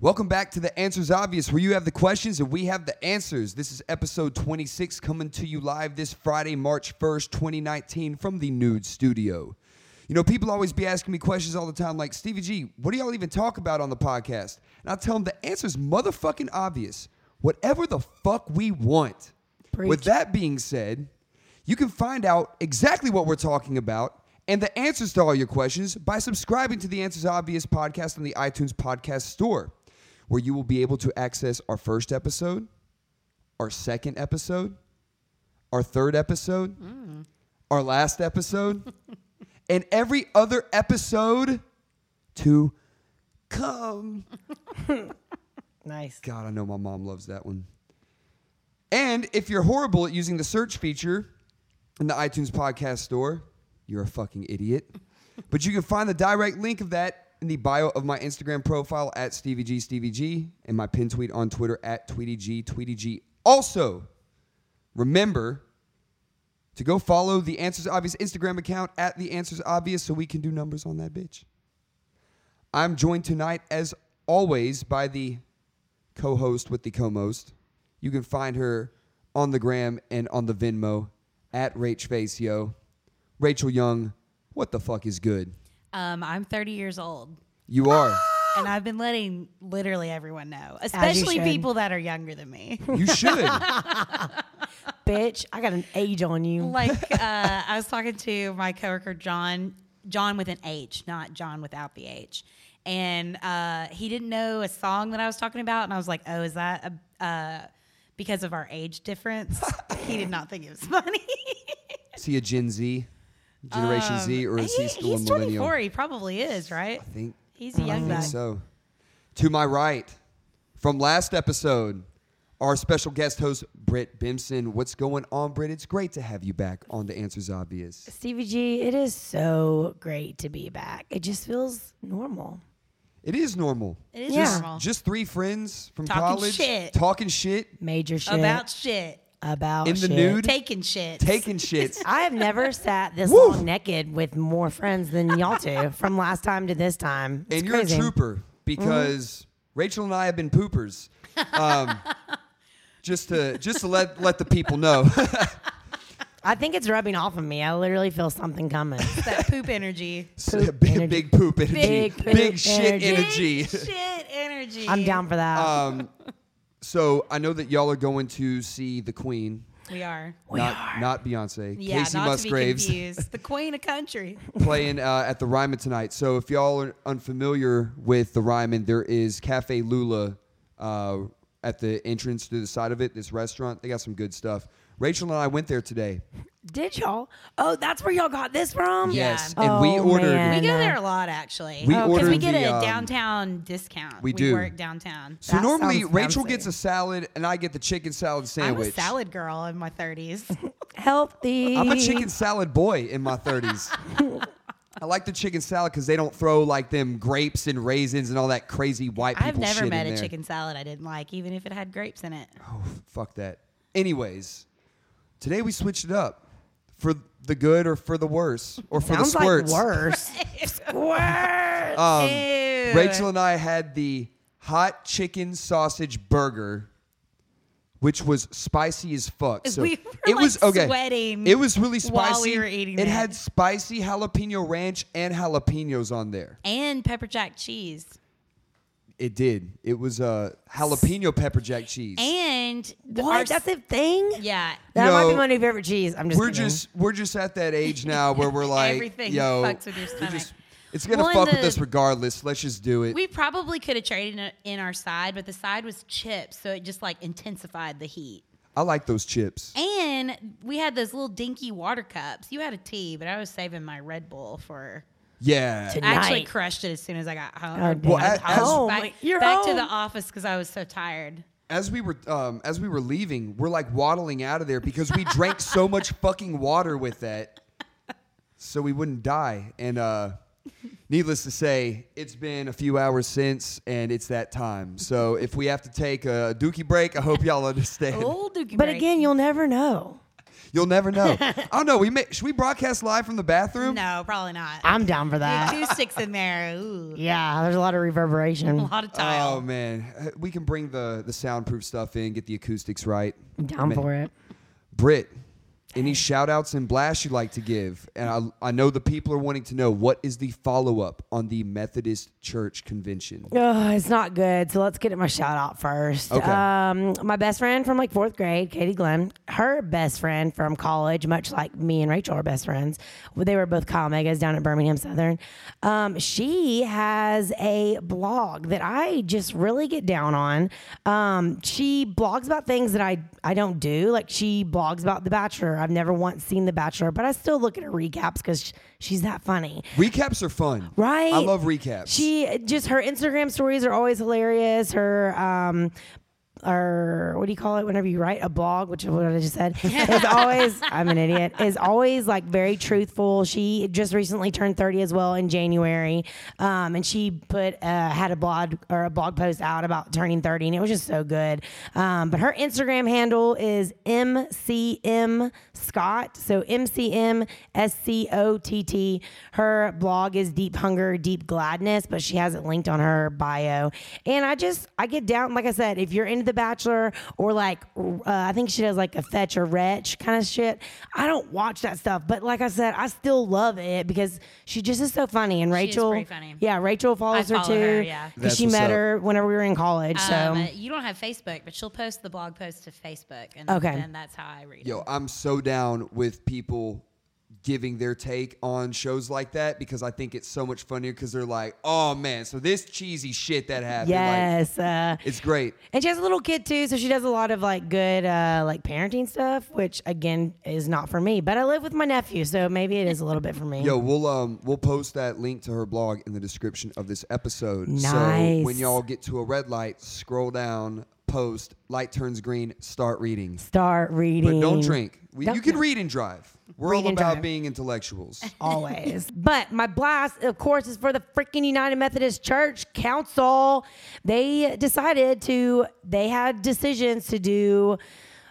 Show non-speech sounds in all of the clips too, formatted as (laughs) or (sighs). Welcome back to The Answers Obvious, where you have the questions and we have the answers. This is episode 26 coming to you live this Friday, March 1st, 2019, from the Nude Studio. You know, people always be asking me questions all the time, like, Stevie G, what do y'all even talk about on the podcast? And I tell them the answer's motherfucking obvious. Whatever the fuck we want. With Preach. that being said, you can find out exactly what we're talking about and the answers to all your questions by subscribing to the Answers Obvious podcast on the iTunes Podcast Store, where you will be able to access our first episode, our second episode, our third episode, our last episode, (laughs) and every other episode to come. Nice. God, I know my mom loves that one. And if you're horrible at using the search feature in the iTunes podcast store, you're a fucking idiot. (laughs) but you can find the direct link of that in the bio of my Instagram profile at Stevie G Stevie G and my pin tweet on Twitter at Tweety G Tweety G. Also, remember to go follow the Answers Obvious Instagram account at the Answers Obvious so we can do numbers on that bitch. I'm joined tonight, as always, by the co host with the co most. You can find her on the gram and on the Venmo at Rach Facio. Rachel Young, what the fuck is good? Um, I'm 30 years old, You are. and I've been letting literally everyone know, especially should. people that are younger (laughs) than me. (laughs) You should. Bitch, I got an age on you. like uh, I was talking to my coworker John, John with an H, not John without the H, and uh, he didn't know a song that I was talking about, and I was like, "Oh, is that a, uh, because of our age (laughs) difference?" he did not think it was funny. See a Gen Z, Generation Z, or is he, Um, He- still he's a millennial? 24. He probably is, right? I think. He's a I young think guy. so. To my right, from last episode, our special guest host Britt Bimson. What's going on, Britt? It's great to have you back on The Answers Obvious. Stevie G, it is so great to be back. It just feels normal. It is normal. It is Yeah. normal. Just three friends from Talking college shit. talking shit Major shit. about shit, about in the shit. nude, taking shit, taking shits. I have (laughs) never sat this Woof. long naked with more friends than y'all two from last time to this time. It's and you're crazy. Mm-hmm. a trooper because Rachel and I have been poopers. (laughs) Um, just to just to let let the people know. (laughs) I think it's rubbing off on me. I literally feel (laughs) something coming. that poop energy. So Poop big, energy. big poop energy. Big poop shit energy. energy. Big shit energy. I'm down for that. um, so I know that y'all are going to see the Queen. We are. not, not Beyonce. Yeah, Casey not Musgraves. to be confused. The queen of (laughs) country. playing uh, at the Ryman tonight. So if y'all are unfamiliar with the Ryman, there is Cafe Lula uh, at the entrance to the side of it. This restaurant, they got some good stuff. Rachel and I went there today. Did y'all? Oh, that's where y'all got this from? Yeah. Yes, and we Oh, ordered. man. We And, go uh, there a lot, actually. We Because Oh, we ordered get the, a um, downtown discount. we do. work downtown. So That normally sounds Rachel fancy. gets a salad and I get the chicken salad I'm a sandwich. salad girl in (laughs) my 30s. Healthy. I'm a chicken salad boy in my (laughs) 30s. I like the chicken salad because they don't throw like them grapes and raisins and all that crazy white people I've never shit met in a there. chicken salad I didn't like, even if it had grapes in it. Oh, f- fuck that. Anyways, today we switched it up for the good or for the worse or for Sounds the squirts. like (laughs) worse. squirts. Um, Ew. Rachel and I had the hot chicken sausage burger, which was spicy as fuck. So We were, it was like, okay. sweating it was really while spicy. we were eating it that. had spicy jalapeno ranch and jalapenos on there. And pepper jack cheese. It did. It was uh, jalapeno pepper jack cheese. And the- what? our- that's a thing? (laughs) yeah. That might be No. my new favorite cheese. I'm just we're kidding. just we're just at that age now where (laughs) we're like, Everything yo, fucks with your we're stomach. it's gonna Well, and fuck with the- us regardless. Let's just do it. We probably could have traded it in our side, but the side was chips, so it just like intensified the heat. I like those chips. And we had those little dinky water cups. You had a tea, but I was saving my Red Bull for. Yeah, To- I actually Night. crushed it as soon as I got home. Oh, Or damn. Well, back at- to the as- office. Home. Back, You're back to home. the office because I was so tired. as we were um, as we were leaving, we're like waddling out of there because we drank (laughs) so much fucking water with that, so we wouldn't die. And uh, needless to say, it's been a few hours since, and it's that time. So if we have to take a dookie break, I hope y'all understand. Old Dookie But break. again, you'll never know. You'll never (laughs) know. I don't know. We may, should we broadcast live from the bathroom? No, probably not. I'm down for Need that. two sticks in there. Ooh, Ah. Yeah, there's a lot of reverberation. a (laughs) lot of Oh tile. man, Uh, we can bring the the soundproof stuff in, get the acoustics right. I'm down Man. for it. Britt, any shout outs and blasts you'd like to give? And I, I know the people are wanting to know what is the follow up on the Methodist Church convention? Oh, it's not good. So let's get at my shout out first. Okay. Um, my best friend from like fourth grade, Katie Glenn, her best friend from college, much like me and Rachel are best friends. well, They were both Kyle Megas down at Birmingham Southern. Um, she has a blog that I just really get down on. Um, she blogs about things that I, I don't do. Like she blogs about The Bachelor. I've never once seen The Bachelor, but I still look at her recaps because she's that funny. Recaps are fun. Right. I love recaps. She just her Instagram stories are always hilarious. Her um or what do you call it whenever you write a blog which is what i just said is always i'm an idiot is always like very truthful she just recently turned 30 as well in january um, and she put uh, had a blog or a blog post out about turning 30 and it was just so good um, but her instagram handle is mcm scott so mcm S C O T T. Her blog is Deep Hunger, Deep Gladness, but she has it linked on her bio. And I just, I get down, like I said, if you're into The Bachelor or like, uh, I think she does like a fetch or wretch kind of shit. I don't watch that stuff, but like I said, I still love it because she just is so funny. And She is Rachel, pretty funny. yeah, Rachel follows I her follow too. her, yeah. 'cause That's she what's met up. her whenever we were in college. Um, Oh, so uh, you don't have Facebook, but she'll post the blog post to Facebook, and Okay. then that's how I read. Yo, I'm so down with people giving their take on shows like that because I think it's so much funnier because they're like, oh man, so this cheesy shit that happened. Like, yes. uh, it's great. And she has a little kid too, so she does a lot of like good uh, like parenting stuff, which again is not for me. But I live with my nephew, so maybe it is a little bit for me. Yo, we'll um we'll post that link to her blog in the description of this episode. So Nice. when y'all get to a red light, scroll down, post, light turns green, start reading. Start But reading. don't (laughs) drink. We, Don't- you can read and drive. We're Read all and about drive. being (laughs) intellectuals. always. but my blast, of course, is for the freaking United Methodist Church Council. They decided to, they had decisions to do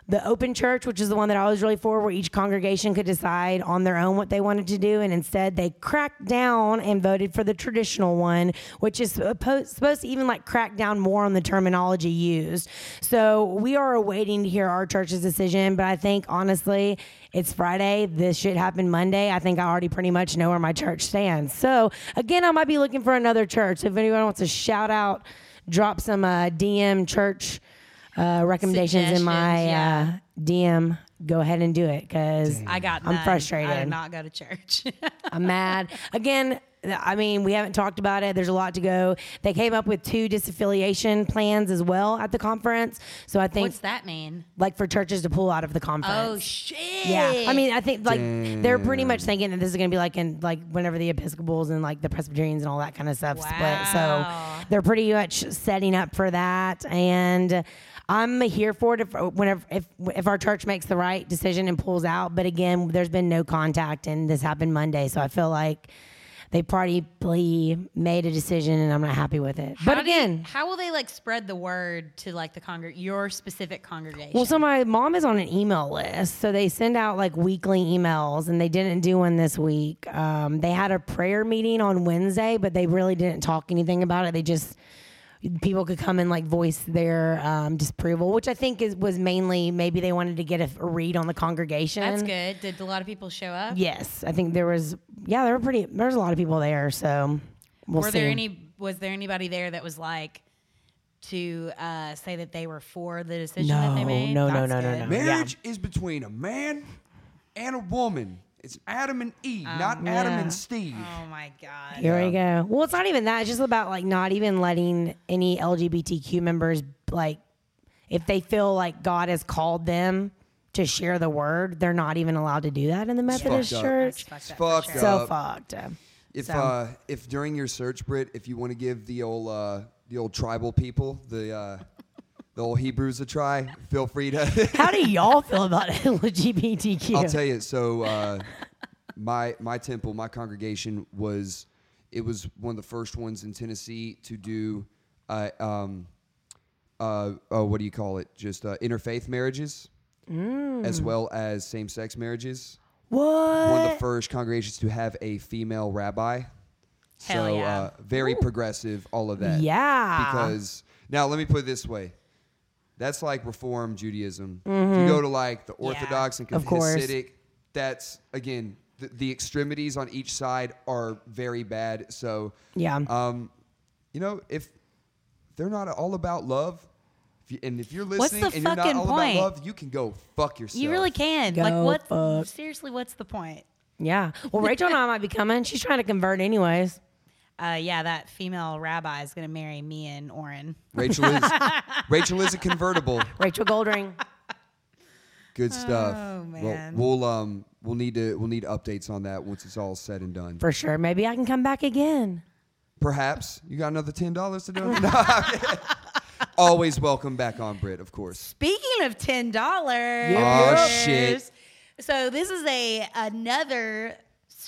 the open church, which is the one that I was really for, where each congregation could decide on their own what they wanted to do. And instead, they cracked down and voted for the traditional one, which is supposed, supposed to even like crack down more on the terminology used. So we are awaiting to hear our church's decision. But I think honestly, it's Friday. This shit happened Monday. I think I already pretty much know where my church stands. So again, I might be looking for another church. If anyone wants to shout out, drop some uh, DM church uh, recommendations in my Suggestions, yeah. uh, DM. Go ahead and do it because I got. I'm none. frustrated. I did not go to church. (laughs) I'm mad. Again, th- I mean, we haven't talked about it. There's a lot to go. They came up with two disaffiliation plans as well at the conference. So I think, What's that mean? like, for churches to pull out of the Oh conference. shit! yeah. I mean, I think, like, they're pretty much thinking that this is going to be like in, like, whenever the Episcopals and, like, the Presbyterians and all that kind of stuff split. Wow. So they're pretty much setting up for that. And, I'm here for it if uh, whenever if if our church makes the right decision and pulls out. But again, there's been no contact, and this happened Monday, so I feel like they probably made a decision, and I'm not happy with it. but How do you- again, how will they like spread the word to like the congreg your specific congregation? Well, so my mom is on an email list, so they send out like weekly emails, and they didn't do one this week. Um, they had a prayer meeting on Wednesday, but they really didn't talk anything about it. They just people could come and like voice their um, disapproval, which I think is was mainly maybe they wanted to get a, a read on the congregation. that's good. Did a lot of people show up? Yes, I think there was. Yeah, there were pretty. There was a lot of people there, so we'll Were see. there any? Was there anybody there that was like to uh, say that they were for the decision that they No, made? no, no, That's no, no, good. no. Yeah. Marriage is between a man and a woman. It's Adam and Eve, not Adam Um, yeah. and Steve. Oh my god! Here we go. Well, it's not even that. It's just about like not even letting any LGBTQ members like if they feel like God has called them to share the word, they're not even allowed to do that in the Methodist fucked up. Church. Fuck It's that. fucked So up. fucked. up. If uh, if during your search, Brit, if you want to give the old uh, the old tribal people the uh, the old Hebrews a try, feel free to. (laughs) How do y'all feel about (laughs) LGBTQ? I'll tell you. So uh, my my temple, my congregation was it was one of the first ones in Tennessee to do uh, um, uh, oh, what do you call it? Just uh, interfaith marriages. as well as same sex marriages. What? One of the first congregations to have a female rabbi. Hell so yeah. uh, very progressive, all of that. Yeah. Because now let me put it this way. That's like Reform Judaism. If Mm-hmm. you go to like the Orthodox and Of course. Hasidic, that's again the, the extremities on each side are very bad. So Yeah. um, you know if they're not all about love, if you, and if you're What's the listening and you're not fucking all point? about love, you can go fuck yourself. You really can. Go like what? fuck. Seriously, what's the point? yeah. Well, Rachel and I might be coming. She's trying to convert, anyways. Uh, yeah, that female rabbi is gonna marry me and Oren. Rachel (laughs) is Rachel is a convertible. Rachel (laughs) Goldring. Good stuff. Oh, Well, man. We'll, um we'll need to we'll need updates on that once it's all said and done. For sure. Maybe I can come back again. Perhaps you got another ten dollars to donate. (laughs) No, I'm kidding. Always welcome back on Brit, of course. Speaking of ten dollars, Oh, shit. So this is a another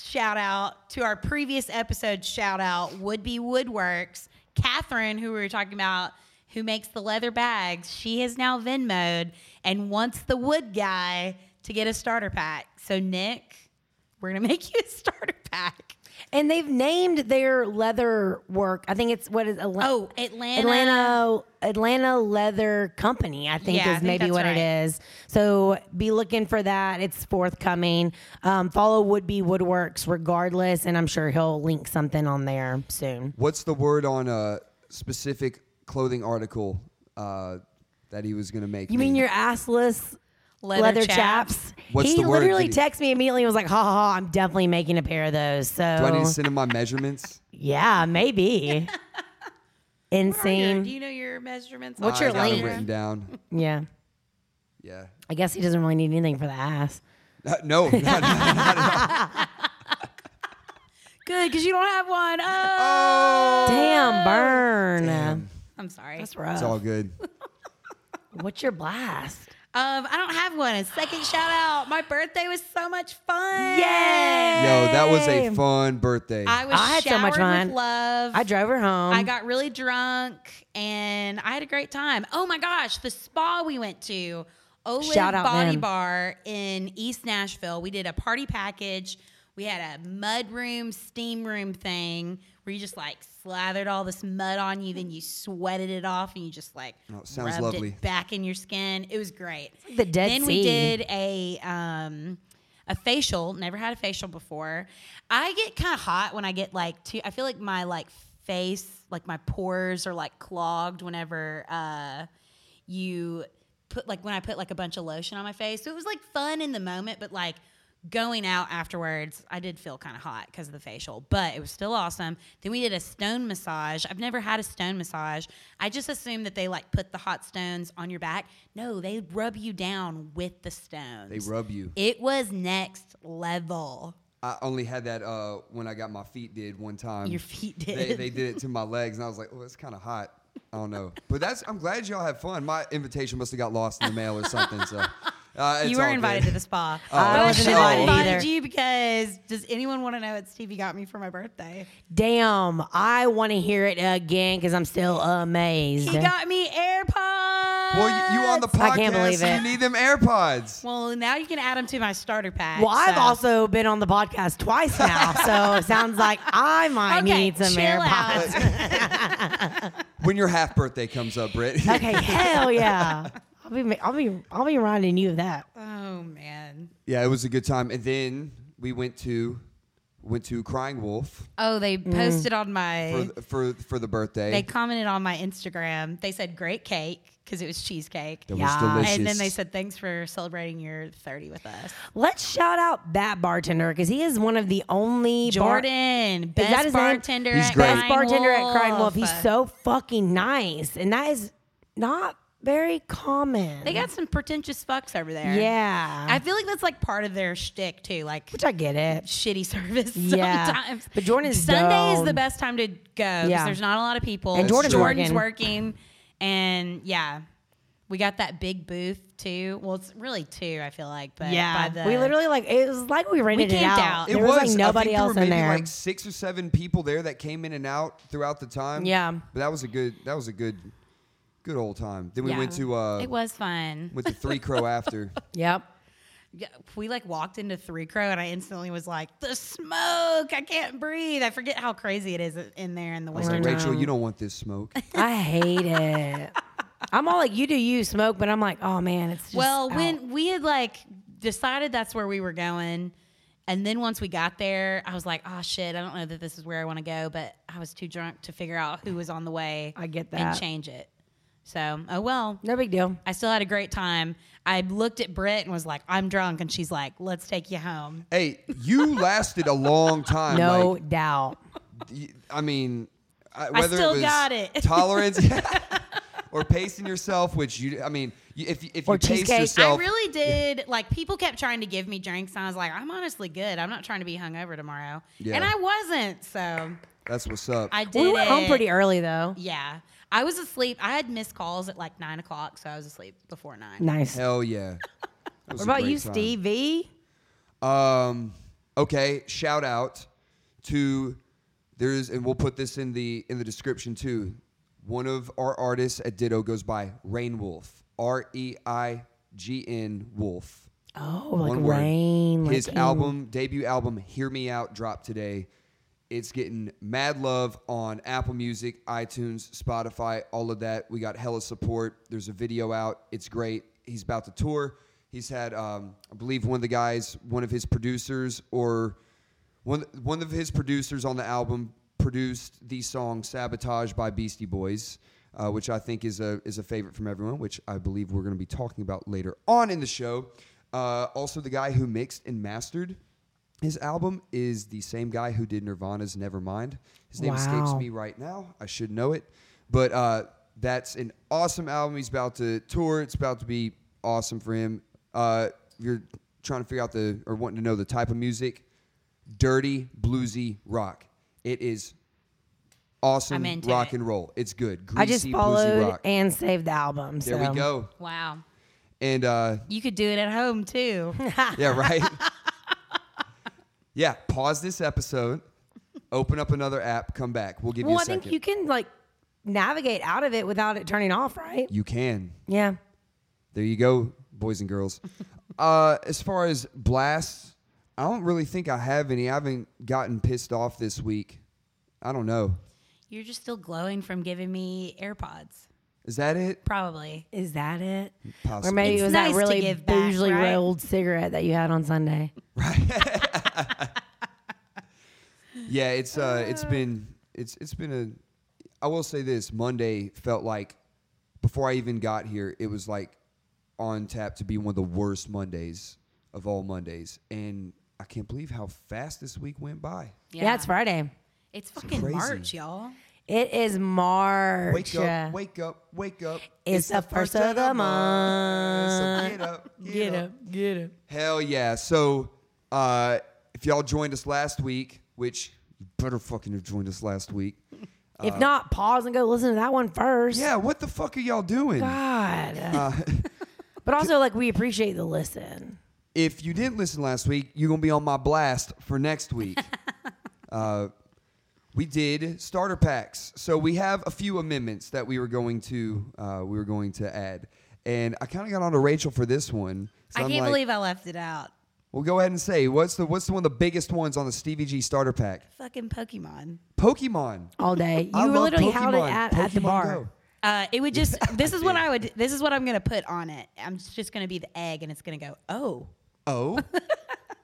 shout out to our previous episode shout out would be woodworks Catherine, who we were talking about, who makes the leather bags. She is now Venmoed and wants the wood guy to get a starter pack. So Nick, we're gonna (laughs) make you a starter pack. And they've named their leather work. I think it's what is Atla- Oh, Atlanta. Atlanta Atlanta Leather Company, I think Yeah, I is think maybe that's what right. it is. So be looking for that. It's forthcoming. Um, follow Would Be Woodworks regardless, and I'm sure he'll link something on there soon. What's the word on a specific clothing article uh, that he was going to make? You me? mean your assless leather, chaps? What's he the word? literally Did he- texted me immediately and was like, ha ha, ha, I'm definitely making a pair of those. So Do I need to send him my measurements? yeah, (laughs) maybe. Are your- Do Insane. you know your measurements? What's on your I got 'em length? written down. Yeah. Yeah. (laughs) I guess he doesn't really need anything for the ass. Uh, no. (laughs) not- Good, because you don't have one. Oh, Damn, burn. I'm sorry. That's rough. it's all good. What's your blast? Um, I don't have one. A second shout out. My birthday was so much fun. Yo, Yay! that was a Hey. fun birthday. I was I had so much showered with fun. love. I drove her home. I got really drunk and I had a great time. Oh my gosh, the spa we went to, Olive Shout out Body them. Bar in East Nashville. We did a party package. We had a mud room, steam room thing where you just like slathered all this mud on you, then you sweated it off and you just like Oh, it sounds rubbed lovely. it back in your skin. It was great. the Dead then we Sea. did a um a facial never had a facial before i get kind of hot when i get like too i feel like my like face like my pores are like clogged whenever uh you put like when i put like a bunch of lotion on my face so it was like fun in the moment but like going out afterwards i did feel kind of hot because of the facial but it was still awesome then we did a stone massage i've never had a stone massage i just assumed that they like put the hot stones on your back no they rub you down with the stones they rub you. it was next level. I only had that uh, when I got my feet did one time. Your feet Um, They, did. they did (laughs) it to my legs, and I was like, "Oh, it's kind of hot." I don't know, but that's. I'm glad y'all had fun. My invitation must have got lost in the mail or something. So uh, it's you were all invited good. Oh, to the spa. I But wasn't should've invited either. you because does anyone want to know what Stevie got me for my birthday? Damn, I want to hear it again because I'm still amazed. He got me AirPods. Well, you, you on the podcast? I can't believe so it. You need them AirPods. Well, now you can add them to my starter pack. well, I've so- also been on the podcast twice (laughs) now, so it sounds like I might Okay, need some chill AirPods. when your half birthday comes up, Britt. (laughs) Okay, hell yeah. I'll be, ma- I'll be, I'll be reminding you of that. (laughs) Oh man. yeah, it was a good time, and then we went to went to Crying Wolf Oh, they Mm. posted on my. for th- for for the birthday. they commented on my Instagram. They said great cake because it was cheesecake. that Yeah. was delicious. And then they said thanks for celebrating your 30 with us. Let's shout out that bartender because he is one of the only bar- Jordan, that best his name? bartender. He's at great. best Crying bartender Wolf. at Crying Wolf. He's so fucking nice, and that is not very common. They got some pretentious fucks over there. yeah, I feel like that's like part of their shtick too. Like which I get it. shitty (laughs) service Yeah. sometimes. But Jordan's Sunday is down. the best time to go. 'cause Yeah. There's not a lot of people. And Jordan's Jordan's working. working. And yeah. We got that big booth too. Well, it's really two, I feel like. But by the, we literally like it was like we rented it camped out. out. It there was, I like think nobody there else were in maybe there. Like six or seven people there that came in and out throughout the time. Yeah. but that was a good. That was a good. Good old time. Then we Yeah. went to uh, it was fun. went to Three Crow (laughs) after. Yep. Yeah, we like walked into Three Crow and I instantly was like, the smoke, I can't breathe. I forget how crazy it is in there in the I was winter. like, Or Rachel, no. you don't want this smoke. I hate it. I'm all like, you do you smoke, but I'm like, oh man, it's just well, out. when we had like decided that's where we were going, and then once we got there, I was like, oh shit, I don't know that this is where I want to go, but I was too drunk to figure out who was on the way. I get and that. change it. So, oh well. no big deal. I still had a great time. I looked at Britt and was like, I'm drunk. And she's like, let's take you home. hey, you lasted a long time. no Like, doubt. y- I mean, I, whether still it was (laughs) got it. tolerance (laughs) or pacing yourself, which you, I mean, you, if you- if Or you pace cheesecake. I yourself, I really did. Like people kept trying to give me drinks, and I was like, "I'm honestly good. I'm not trying to be hungover tomorrow." Yeah. And I wasn't, so that's what's up. I did. We went home it. pretty early though. Yeah, I was asleep. I had missed calls at like nine o'clock, so I was asleep before nine. Nice. Hell yeah. That was What a about great you, time. Stevie? Um, okay, shout out to there's and we'll put this in the in the description too. One of our artists at Ditto goes by Rain Wolf. R E I G N Wolf. Oh, like One word. rain. like His you. album, debut album, Hear Me Out, dropped today. It's getting mad love on Apple Music, iTunes, Spotify, all of that. We got hella support. There's a video out. It's great. He's about to tour. He's had, um, I believe, one of the guys, one of his producers, or one one of his producers on the album produced the song "Sabotage" by Beastie Boys, uh, which I think is a is a favorite from everyone, which I believe we're going to be talking about later on in the show. Uh, also, the guy who mixed and mastered his album is the same guy who did Nirvana's "Nevermind." His name escapes Wow. me right now. I should know it, but uh, that's an awesome album. He's about to tour. It's about to be awesome for him. Uh, if you're trying to figure out the or wanting to know the type of music, dirty bluesy rock. It is awesome I'm into rock it. and roll. It's good. Greasy, I just bluesy followed rock. and saved the album. there so. we go. Wow, And uh, you could do it at home (laughs) too. yeah, (laughs) right. yeah, pause this episode. Open up another app. Come back. We'll give Well, you a I second. think you can like navigate out of it without it turning off, right? you can. Yeah. There you go, boys and (laughs) girls. uh, as far as blasts, I don't really think I have any. I haven't gotten pissed off this week. I don't know. You're just still glowing from giving me AirPods, Is that it? probably. Is that it? Possibly. Or maybe It's it was nice that to really give back, boozily right? rolled cigarette that you had on Sunday. Yeah, it's uh, it's been it's it's been a. I will say this: Monday felt like before I even got here, it was like on tap to be one of the worst Mondays of all Mondays, and I can't believe how fast this week went by. Yeah, it's Friday. It's fucking crazy. March, y'all. It is March. Wake up! Wake up! Wake up! It's the first of the So month. get (laughs) up! Get, Get up. up, get up. Hell yeah! So uh, if y'all joined us last week, which you better fucking have joined us last week. if not, pause and go listen to that one first. Yeah, Uh, what the fuck are y'all doing? (laughs) God. (laughs) but also, like, we appreciate the listen. if you didn't listen last week, you're gonna be on my blast for next (laughs) week. uh, we did starter packs, so we have a few amendments that we were going to uh, we were going to add, and I kind of got on to Rachel for this one. So I I'm can't like, believe I left it out. Well, go ahead and say what's the what's the one of the biggest ones on the Stevie G starter pack? Fucking Pokemon. Pokemon. All day. (laughs) I You were love literally Pokemon. held it at, at the Pokemon bar. (laughs) Go. Uh, (laughs) it would just. This is what I would. This is what I'm gonna put on it. I'm just gonna be the egg, and it's gonna go. Oh, Oh.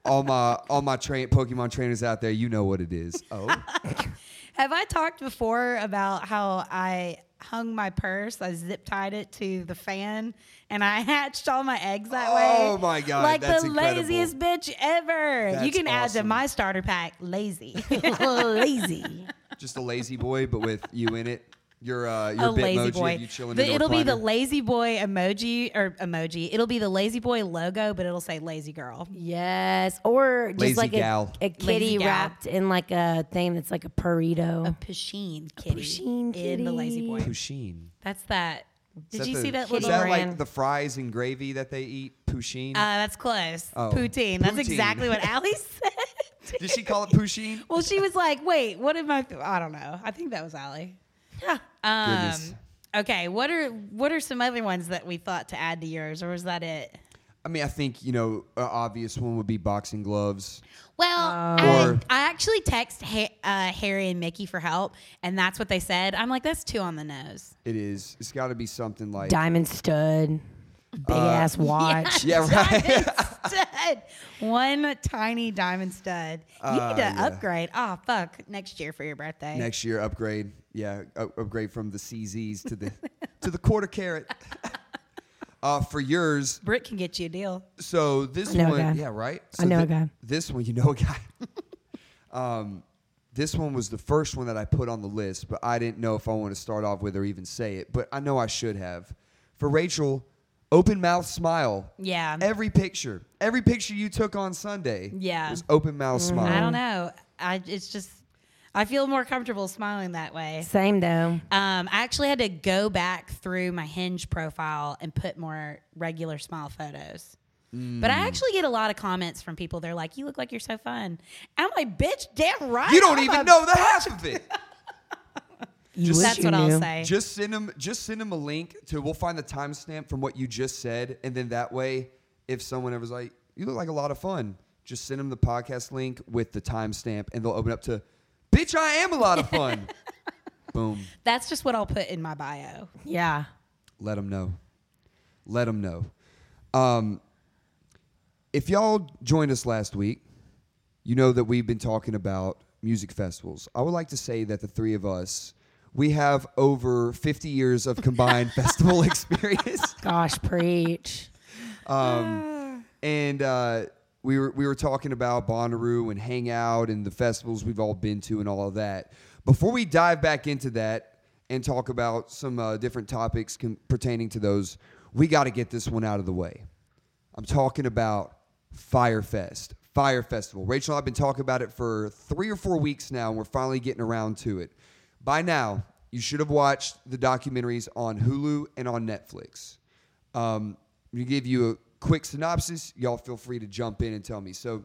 all my all my train Pokemon trainers out there, you know what it is. Oh. have I talked before about how I hung my purse? I zip tied it to the fan, and I (laughs) hatched all my eggs that way. Oh my God, Like that's the incredible. laziest bitch ever. you That's can add to awesome. my starter pack, lazy. (laughs) Lazy. just a lazy boy, but with you in it. Your uh, (laughs) your a Bitmoji lazy of boy. you chilling. The- in a it'll be the recliner. lazy boy emoji or emoji. It'll be the lazy boy logo, but it'll say lazy girl. Yes. Or just Lazy like a- gal. A, kitty Lazy gal. wrapped in like a thing that's like a burrito. A Pasheen kitty Pusheen in the lazy kitty. boy. Pusheen. That's that. Did Is you see the- that Is little? that Uh, like brand? the fries and gravy that they eat? Pusheen. that's close. Oh. Poutine. That's Poutine. exactly what Allie (laughs) said. Did she call it Pusheen? well, she was like, "Wait, what am I?" I don't know. I think that was Allie. Um, Goodness. Okay, what are what are some other ones that we thought to add to yours, or was that it? I mean, I think you know, an obvious one would be boxing gloves. Well, Um, Or- I, I actually text ha- uh, Harry and Mickey for help, and that's what they said. I'm like, that's two on the nose. (laughs) It is. It's got to be something like. Diamond stud, big ass watch. Uh, (laughs) yeah, right. stud. One tiny diamond stud. You need to upgrade. Oh, fuck. Next year for your birthday. Uh, Next year, upgrade. Yeah, up- upgrade from the CZs to the to the quarter carat. (laughs) uh, for yours, Britt can get you a deal. so this I know a one, guy. yeah, right. I So know a thi- guy. This one, you know a guy. (laughs) um, this one was the first one that I put on the list, but I didn't know if I want to start off with or even say it. But I know I should have. For Rachel, open mouth smile. Yeah. Every picture, every picture you took on Sunday, Yeah. was open mouth Mm-hmm. smile. I don't know. I it's just I feel more comfortable smiling that way. Same though. Um, I actually had to go back through my Hinge profile and put more regular smile photos. But Hmm. I actually get a lot of comments from people. They're like, "You look like you're so fun." I'm like, "Bitch, damn right." You don't I'm a- even know the half of it. You Just- wish That's you what I'll knew. say. Just send them. Just send them a link to. We'll find the timestamp from what you just said, and then that way, if someone ever's like, "You look like a lot of fun," just send them the podcast link with the timestamp, and they'll open up to, "Bitch, I am a lot of fun." Boom. That's just what I'll put in my bio. Yeah. Let them know. Let them know. Um, if y'all joined us last week, you know that we've been talking about music festivals. I would like to say that the three of us, we have over 50 years of combined festival experience. Gosh, preach. Um, and uh, we were we were talking about Bonnaroo and Hangout and the festivals we've all been to and all of that. Before we dive back into that and talk about some uh, different topics con- pertaining to those, we got to get this one out of the way. I'm talking about Firefest, Fire Festival. Rachel and I have been talking about it for three or four weeks now, and we're finally getting around to it. By now, you should have watched the documentaries on Hulu and on Netflix. Um, to give you a quick synopsis, y'all feel free to jump in and tell me. So,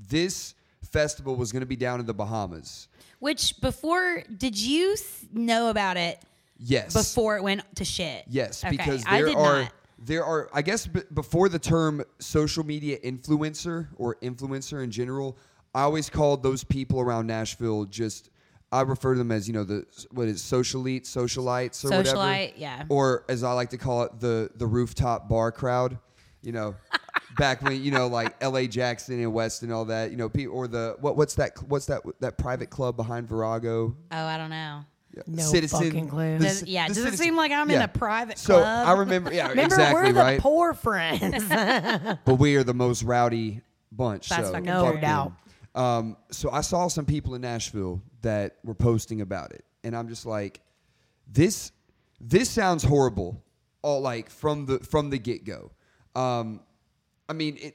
this festival was going to be down in the Bahamas. Which before, did you s- know about it Yes. before it went to shit? Yes, Okay, because I there did are not. there are I guess b- before the term social media influencer or influencer in general, I always called those people around Nashville just I refer to them as you know the what is socialite, socialites or whatever, Socialite, yeah. or as I like to call it the the rooftop bar crowd, you (laughs) know. Back when you know, like L.A. Jackson and West and all that, you know, pe- or the what? What's that? What's that? That private club behind Virago? Oh, I don't know. No fucking clue. Does- yeah, does it seem like I'm in a private so club? I remember, (laughs) yeah, Remember, exactly we're the right. poor friends. (laughs) but we are the most rowdy bunch. That's so fucking No fuck them. true. doubt. Um, so I saw some people in Nashville that were posting about it, and I'm just like, this this sounds horrible. All like from the from the get go. Um, I mean, it,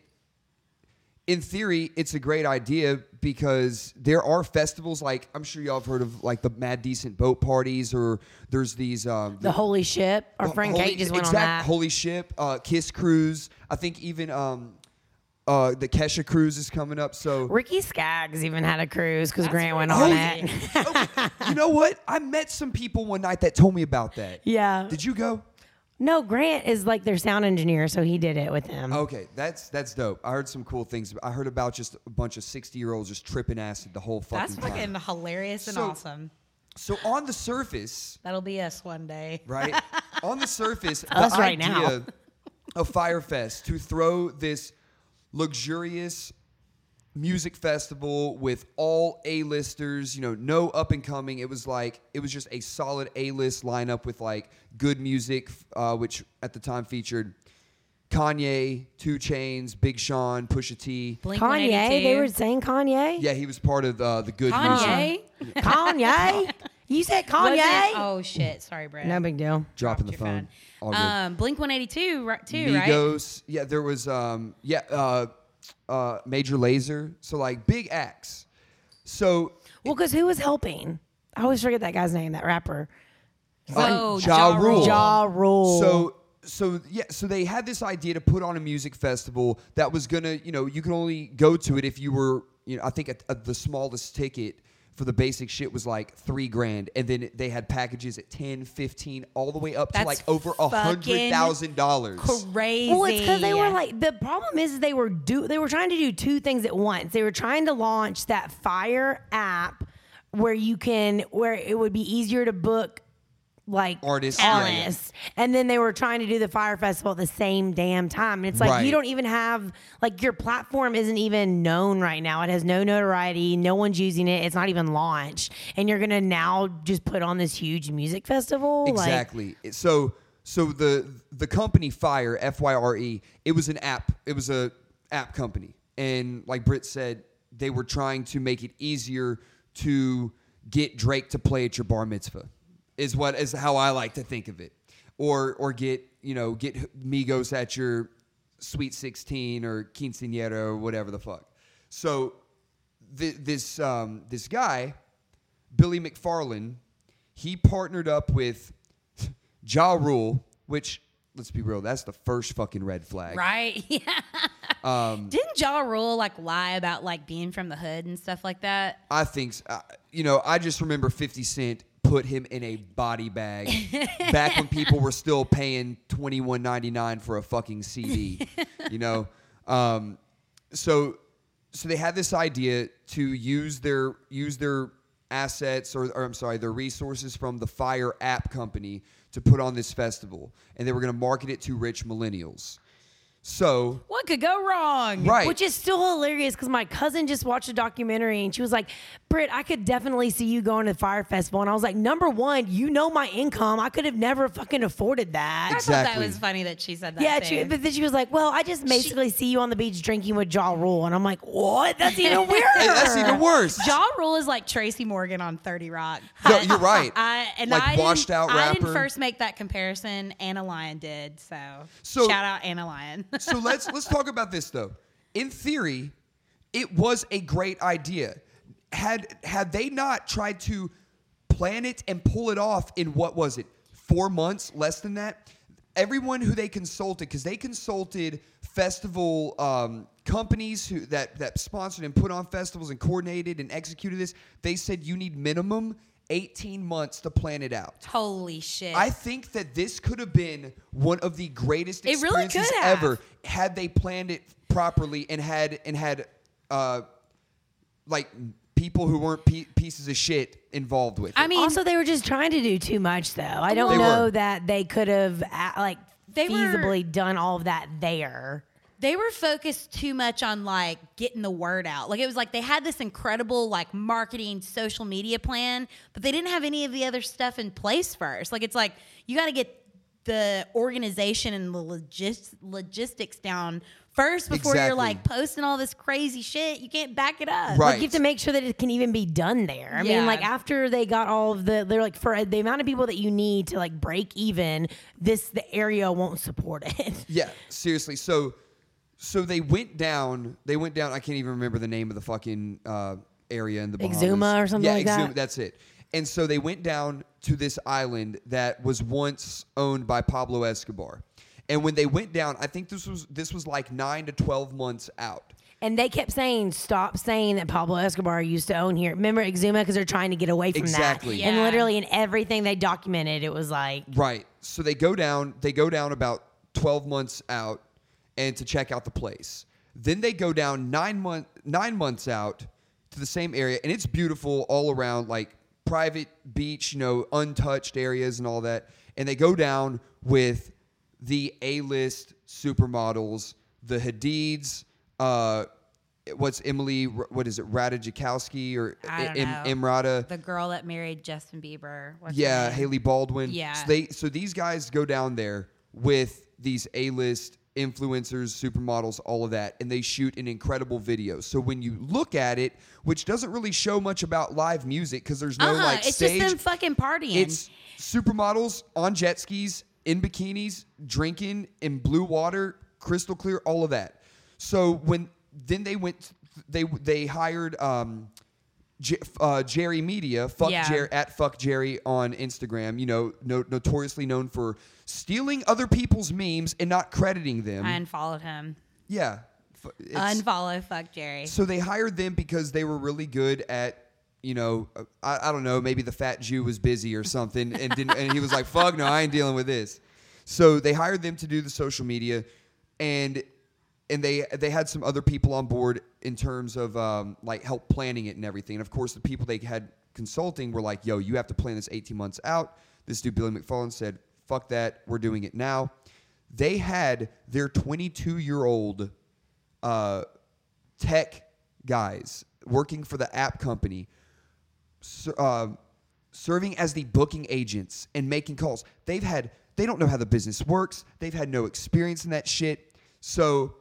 in theory, it's a great idea because there are festivals like I'm sure y'all have heard of like the Mad Decent Boat parties, or there's these um, the holy ship. Our friend Holy- Kate just went exact- on that. Holy ship, uh, Kiss Cruise. I think even um, uh, the Kesha Cruise is coming up. (laughs) So Ricky Skaggs even had a cruise because Grant went Oh, on yeah. it. (laughs) you know what? I met some people one night that told me about that. Yeah. Did you go? No, Grant is like their sound engineer, so he did it with them. Okay, that's that's dope. I heard some cool things. I heard about just a bunch of sixty year olds just tripping acid the whole That's fucking time. fucking hilarious and So- awesome. so on the surface, That'll be us one day. (laughs) right? On the surface, the Us idea right now. (laughs) of Firefest to throw this luxurious music festival with all A-listers, you know, no up and coming. It was like it was just a solid A-list lineup with like good music, uh, which at the time featured Kanye, Two Chains, Big Sean, Pusha T. Blink Kanye, 182. they were saying Kanye. Yeah, he was part of uh, the good music. Kanye. (laughs) Kanye. you (laughs) said Was Kanye. it? Oh shit! Sorry, Brad. No big deal. Dropping the Dropped your phone. All good. Um, Blink 182, right? Too right. Migos. Yeah, there was um yeah, uh uh Major Laser. So like big acts. So Well, because who was helping? I always forget that guy's name, that rapper. Oh, Ja Ja Rule. Rule. Ja Rule. So so yeah, so they had this idea to put on a music festival that was gonna, you know, you could only go to it if you were, you know, I think at, at the smallest ticket. for the basic shit was like three grand, and then they had packages at 10, 15, all the way up to That's like over a hundred fucking thousand dollars. Crazy. Well, it's because they were like the problem is they were do they were trying to do two things at once. They were trying to launch that Fire app where you can where it would be easier to book like Artists, yeah, yeah. artists, and then they were trying to do the Fire Festival at the same damn time. And it's like Right. you don't even have like your platform isn't even known right now. It has no notoriety. No one's using it. It's not even launched, and you're gonna now just put on this huge music festival. Like, Exactly. It- so so the the company Fire F Y R E it was an app. It was a app company, and like Britt said, they were trying to make it easier to get Drake to play at your bar mitzvah. Is what is how I like to think of it, or or get you know get Migos at your Sweet Sixteen or quinceañera or whatever the fuck. So th- this um, this guy Billy McFarlane, he partnered up with (laughs) Ja Rule, which let's be real, that's the first fucking red flag. right? (laughs) Yeah. Um, Didn't Ja Rule like lie about like being from the hood and stuff like that? I think, s- uh, you know, I just remember 50 Cent put him in a body (laughs) bag back when people were still paying 21.99 for a fucking CD, you know. Um, so so they had this idea to use their use their assets or, or I'm sorry, their resources from the Fire app company to put on this festival and they were going to market it to rich millennials. So, What could go wrong? right. Which is still hilarious because my cousin just watched a documentary and she was like, Britt, I could definitely see you going to the Fire Festival. And I was like, number one, you know my income. I could have never fucking afforded I that. thought Exactly. that was funny that she said that. Yeah, too. she, but then she was like, well, I just basically see you on the beach drinking with Jaw Rule. And I'm like, what? That's even weirder. (laughs) Hey, that's even worse. Ja Rule is like Tracy Morgan on 30 Rock. No, (laughs) I- you're right. I, and Like I washed didn't, out I didn't rapper. first make that comparison. Anna Lyon did. So, So- shout out Anna Lyon. (laughs) so let's let's talk about this though. In theory, it was a great idea. Had had they not tried to plan it and pull it off in what was it? 4 months, less than that. Everyone who they consulted cuz they consulted festival um, companies who that that sponsored and put on festivals and coordinated and executed this, they said you need minimum 18 months to plan it out. Holy shit. I think that this could have been one of the greatest It really experiences could have. ever had they planned it properly and had and had uh, like people who weren't pe- pieces of shit involved with. I it. mean, also, they were just trying to do too much, though. I don't They know were. that they could have, uh, like, They were- feasibly done all of that there. they were focused too much on like getting the word out. Like it was like they had this incredible like marketing social media plan, but they didn't have any of the other stuff in place first. Like it's like you got to get the organization and the logis- logistics down first before Exactly. you're like posting all this crazy shit. You can't back it up. Right. Like you have to make sure that it can even be done there. I Yeah. mean, like after they got all of the, they're like for the amount of people that you need to like break even, this the area won't support it. (laughs) yeah, seriously. So so they went down. They went down. I can't even remember the name of the fucking uh, area in the Bahamas. Exuma or something Yeah, like Exuma, that? That's it. And so they went down to this island that was once owned by Pablo Escobar. And when they went down, I think this was this was like nine to twelve months out. And they kept saying, "Stop saying that Pablo Escobar used to own here." Remember Exuma because they're trying to get away from Exactly. that. And Yeah. literally in everything they documented, it was like Right. So they go down. They go down about twelve months out, and to check out the place. Then they go down nine month nine months out to the same area, and it's beautiful all around, like private beach, you know, untouched areas and all that. And they go down with the A list supermodels, the Hadids. Uh, what's Emily? What is it? Rada Jakowski or I don't know. Em- Emrata? The girl that married Justin Bieber. What's her Yeah, name? Haley Baldwin. Yeah. So they so these guys go down there with these A-list influencers, supermodels, all of that, and they shoot an incredible video. So when you look at it, which doesn't really show much about live music because there's no Uh-huh. like it's stage, just them fucking partying. it's supermodels on jet skis, in bikinis, drinking in blue water, crystal clear, all of that. So when then they went, they they hired um, J- uh, Jerry Media, fuck Yeah. Jerry at fuck Jerry on Instagram. You know, no, notoriously known for stealing other people's memes and not crediting them. I unfollowed him. yeah, F- it's- Unfollow, fuck Jerry. so they hired them because they were really good at you know, uh, I, I don't know, maybe the fat Jew was busy or something, and didn't, and he was like, "Fuck no, I ain't dealing with this." So they hired them to do the social media, and and they they had some other people on board in terms of um, like help planning it and everything. And of course, the people they had consulting were like, "Yo, you have to plan this 18 months out." This dude Billy McFarland said, "Fuck that, we're doing it now." They had their 22 year old uh, tech guys working for the app company ser- uh, serving as the booking agents and making calls. They've had they don't know how the business works. They've had no experience in that shit. So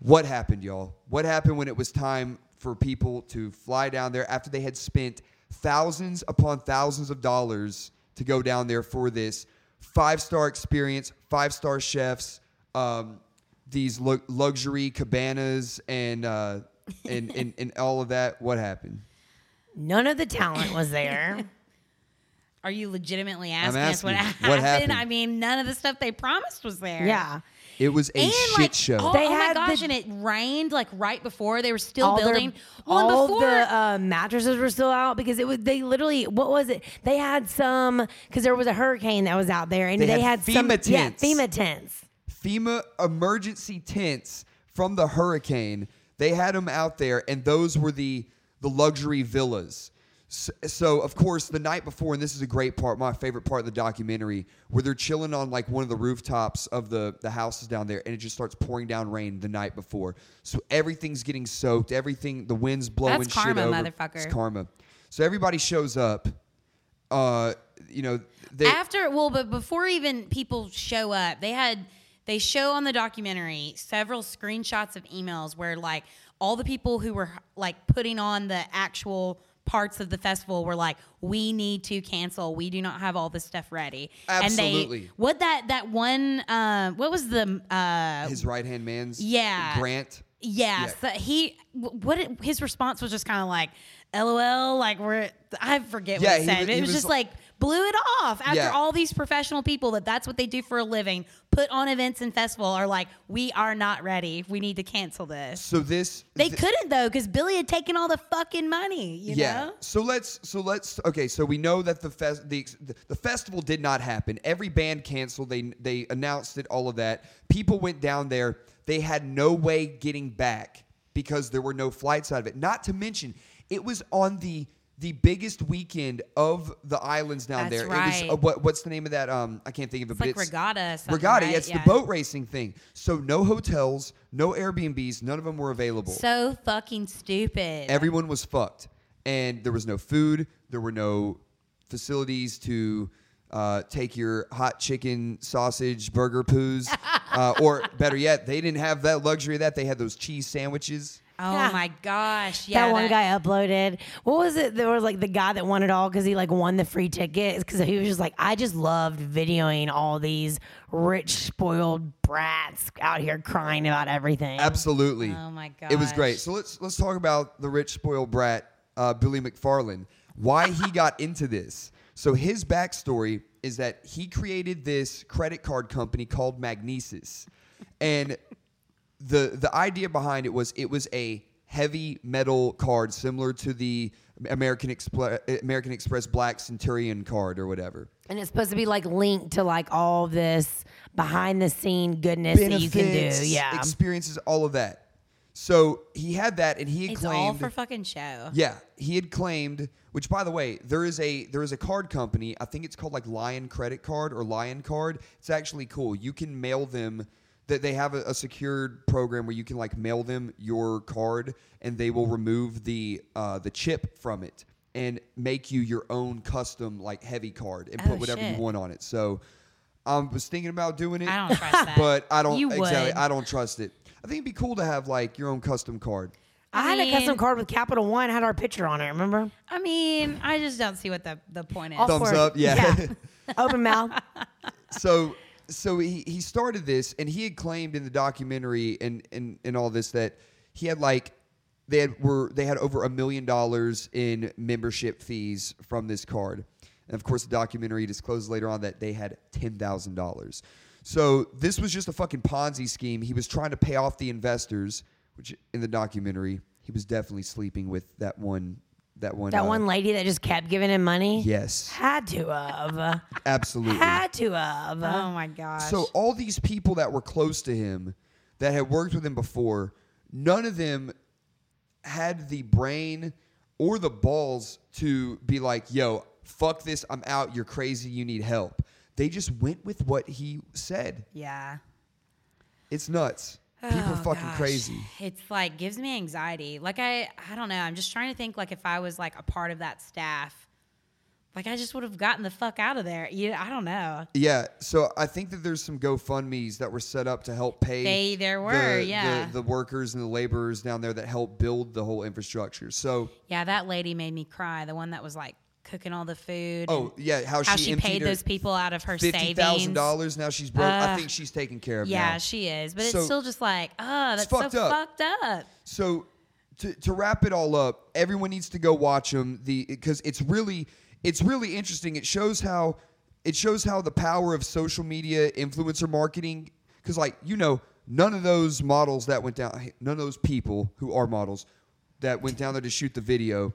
what happened, y'all? What happened when it was time for people to fly down there after they had spent thousands upon thousands of dollars to go down there for this five star experience, five star chefs, um, these lu- luxury cabanas, and, uh, and and and all of that? What happened? None of the talent was there. Are you legitimately asking, us what asking happened? you, what happened? (laughs) I mean, none of the stuff they promised was there. yeah. It was a And shit like, show. Oh, They oh had my the- gosh, and it rained like right before they were still all their- building. well, all and before the uh, mattresses were still out because it was they literally what was it? They had some because there was a hurricane that was out there and They they, had had, some FEMA tents. yeah FEMA tents. FEMA emergency tents from the hurricane. They had them out there, and those were the the luxury villas. So, so of course, the night before, and this is a great part, my favorite part of the documentary, where they're chilling on like one of the rooftops of the the houses down there, and it just starts pouring down rain the night before. So everything's getting soaked. Everything, the wind's blowing shit karma, over. motherfucker. It's karma. So everybody shows up. Uh, you know, they, after well but before even people show up they had they show on the documentary several screenshots of emails where like all the people who were like putting on the actual parts of the festival were like we need to cancel we do not have all this stuff ready and Absolutely. they what that that one uh, what was the uh, his right hand man's Yeah. Grant. yeah, Yeah. So he wh- what it, his response was just kind of like, "LOL," like we're I forget Yeah, what he he said. was- but it he was, was just li- like blew it off after Yeah. all these professional people that that's what they do for a living, put on events and festival are like, "We are not ready. We need to cancel this." So this They thi- couldn't though because Billy had taken all the fucking money. You know. So let's so let's okay. So we know that the fest the, ex- the the festival did not happen. Every band canceled. They they announced it. All of that. People went down there. They had no way getting back because there were no flights out of it. Not to mention, it was on the the biggest weekend of the islands down That's there. It right. was uh, what what's the name of that? Um, I can't think of it. but like regatta or something, Regatta. right? It's Yeah. the boat racing thing. So no hotels, no Airbnbs. None of them were available. So fucking stupid. Everyone was fucked, and there was no food. There were no facilities to uh, take your hot chicken sausage burger poos, uh, or better yet, they didn't have that luxury of that. They had those cheese sandwiches. oh my gosh! Yeah, that one guy uploaded. What was it? There was like the guy that won it all because he like won the free tickets because he was just like, I just loved videoing all these rich spoiled brats out here crying about everything. Absolutely. Oh my It was great. gosh. So let's let's talk about the rich spoiled brat uh, Billy McFarland. Why (laughs) he got into this. So his backstory is that he created this credit card company called Magnesis, and the the idea behind it was it was a heavy metal card similar to the American Express American Express Black Centurion card or whatever. And it's supposed to be like linked to like all this behind the scene goodness that you can do. Yeah. experiences, all of that. So he had that, and he had It's claimed all for fucking show. Yeah, he had claimed. Which, by the way, there is a there is a card company. I think it's called like Lion Credit Card or Lion Card. It's actually cool. You can mail them. That they have a, a secured program where you can like mail them your card, and they will remove the uh, the chip from it and make you your own custom like heavy card and put Oh, whatever shit. you want on it. So, I was thinking about doing it. I don't (laughs) trust that. but I don't You exactly. would. I don't trust it. I think it'd be cool to have like your own custom card. I, had a mean- custom card with Capital One, had our picture on it, remember? I mean, I just don't see what the, the point is. All Thumbs for it. up, yeah. Open (laughs) mouth. so so he, he started this and he had claimed in the documentary and, and and all this that he had like they had were they had over a million dollars in membership fees from this card and of course the documentary disclosed later on that they had ten thousand dollars so this was just a fucking ponzi scheme he was trying to pay off the investors which in the documentary he was definitely sleeping with that one That one. That uh, one lady that just kept giving him money? Yes, Had to have. absolutely. Had to have. Oh my gosh. So all these people that were close to him, that had worked with him before, none of them had the brain or the balls to be like, "Yo, fuck this, I'm out. You're crazy. You need help." They just went with what he said. yeah. It's nuts. People are Oh, fucking gosh. crazy. It's like gives me anxiety. Like I I don't know. I'm just trying to think like if I was like a part of that staff, like I just would have gotten the fuck out of there. Yeah, I don't know. Yeah, so I think that there's some GoFundmes that were set up to help pay. They- there were, the, yeah. the, the workers and the laborers down there that helped build the whole infrastructure. So, Yeah, that lady made me cry. The one that was like cooking all the food. oh and yeah, how, how she, emptied paid her those people out of her fifty savings. thousand dollars. Now she's broke. I Ugh. think she's taken care of. Yeah, now. she is. But So- it's still just like, oh, that's fucked so up. fucked up. So to, to wrap it all up, everyone needs to go watch them. The because it's really it's really interesting. It shows how it shows how the power of social media influencer marketing. Because like you know, none of those models that went down, none of those people who are models that went down there to shoot the video.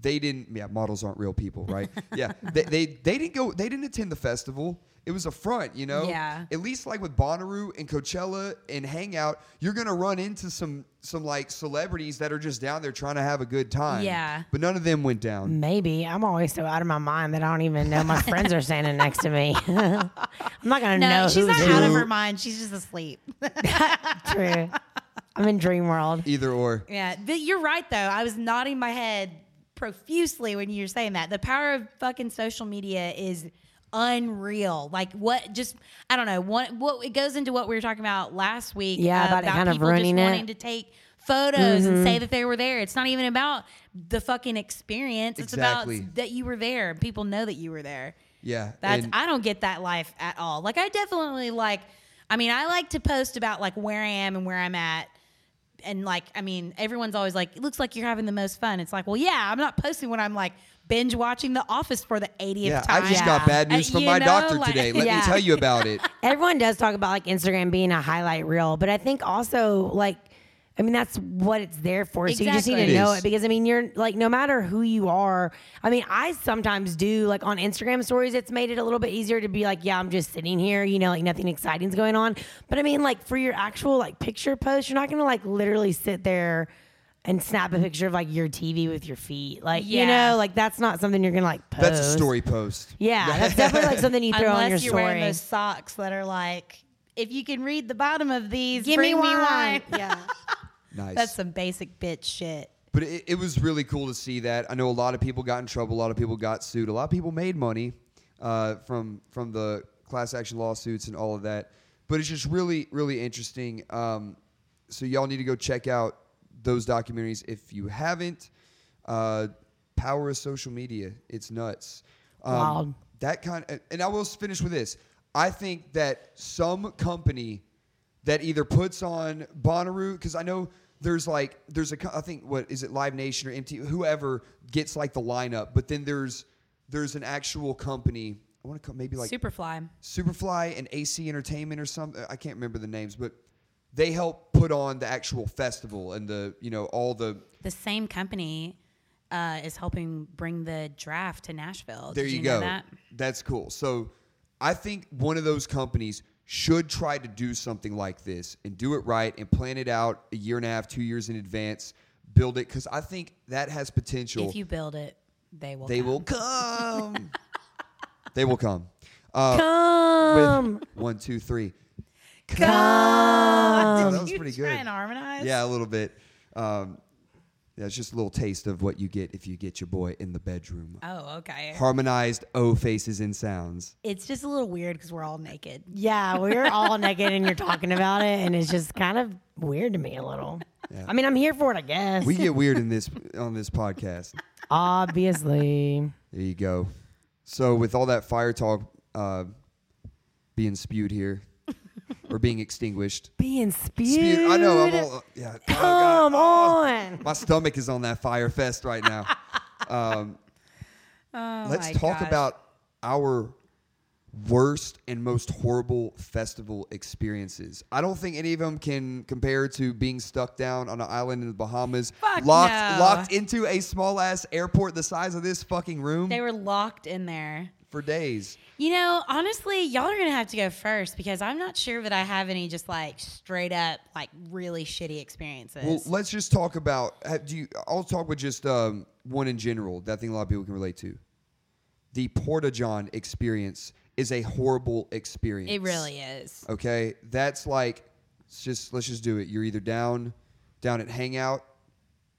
They didn't. Yeah, models aren't real people, (laughs) right? yeah, they, they they didn't go. They didn't attend the festival. It was a front, you know. Yeah. At least like with Bonnaroo and Coachella and Hangout, you're gonna run into some some like celebrities that are just down there trying to have a good time. Yeah. But none of them went down. Maybe. I'm always so out of my mind that I don't even know my friends are standing next to me. (laughs) I'm not going to No, know who's she's not out of who. her mind. She's just asleep. True. I'm in dream world. Either or. Yeah, th- you're right though. I was nodding my head profusely when you were saying that. The power of fucking social media is unreal. Like what? Just I don't know. What? What? It goes into what we were talking about last week. Yeah, uh, about about, it kind of people ruining it. Mm-hmm. just wanting to take photos and say that they were there. It's not even about the fucking experience. It's Exactly. about that you were there. People know that you were there. Yeah. That's and I don't get that life at all. Like I definitely like I mean, I like to post about like where I am and where I'm at. And like, I mean, everyone's always like, it looks like you're having the most fun. It's like, well, yeah, I'm not posting when I'm like binge watching The Office for the 80th yeah, time. I just Yeah. got bad news Uh, from you my know, doctor like- today. (laughs) Let me Yeah. tell you about it. Everyone does talk about like Instagram being a highlight reel, but I think also like I mean that's what it's there for. So you just need Exactly. to It know is. it because I mean you're like no matter who you are. I mean I sometimes do like on Instagram stories. It's made it a little bit easier to be like yeah I'm just sitting here you know like nothing exciting's going on. But I mean like for your actual like picture post, you're not gonna like literally sit there. And snap a picture of like your TV with your feet, like you Yeah. know, like that's not something you're gonna like post. (laughs) That's a story post. Yeah, that's definitely like something you throw on Unless your you're story. wearing those socks that are like, if you can read the bottom of these, Give bring me wine. (laughs) Yeah. Nice. (laughs) That's some basic bitch shit. But it, it was really cool to see that. I know a lot of people got in trouble. A lot of people got sued. A lot of people made money uh, from from the class action lawsuits and all of that. But it's just really, really interesting. Um, so y'all need to go check out those documentaries if you haven't. Uh, power of social media. It's nuts. Um, Wild. That kind. and I will finish with this. I think that some company that either puts on Bonnaroo because I know there's like there's a co- I think what is it Live Nation or MTV whoever gets like the lineup, but then there's there's an actual company I want to call maybe like Superfly. Superfly and AC Entertainment or something I can't remember the names, but they help put on the actual festival and the you know all the the same company uh, is helping bring the draft to Nashville. There Did you, go. know that? That's cool. So I think one of those companies should try to do something like this and do it right and plan it out a year and a half, two years in advance, build it because I think that has potential. If you build it, they will. they come. will (laughs) come. they will come. Uh, Come. with one, two, three. Did that was you pretty try good. and harmonize? Yeah, a little bit. Um, that's just a little taste of what you get if you get your boy in the bedroom. Oh, okay. Harmonized O faces and sounds. It's just a little weird because we're all naked. Mm. Yeah, we're all naked and you're talking about it, and it's just kind of weird to me a little. I mean, I'm here for it, I guess. We get weird in this on this podcast. Obviously. There you go. So with all that fire talk uh, being spewed here or being extinguished, Being spewed. spewed, I know I'm all yeah. oh, God. Come on. My stomach is on that fire fest right (laughs) now. Um, Oh let's my talk gosh. about our worst and most horrible festival experiences. I don't think any of them can compare to being stuck down on an island in the Bahamas, Fuck locked no. locked into a small ass airport the size of this fucking room They were locked in there. for days. You know, honestly, y'all are gonna have to go first because I'm not sure that I have any just like straight up like really shitty experiences. Well, let's just talk about. Have, do you? I'll talk with just um, one in general. That I think a lot of people can relate to. The Porta John experience is a horrible experience. it really is. Okay, that's like, it's just let's just do it. You're either down, down at Hangout,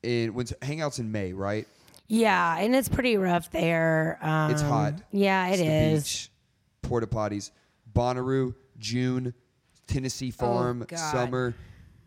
in when Hangout's in May, right? Yeah, and it's pretty rough there. Um, It's hot. Yeah, it It's is. the beach, porta potties, Bonnaroo, June, Tennessee Oh, Farm, God. summer.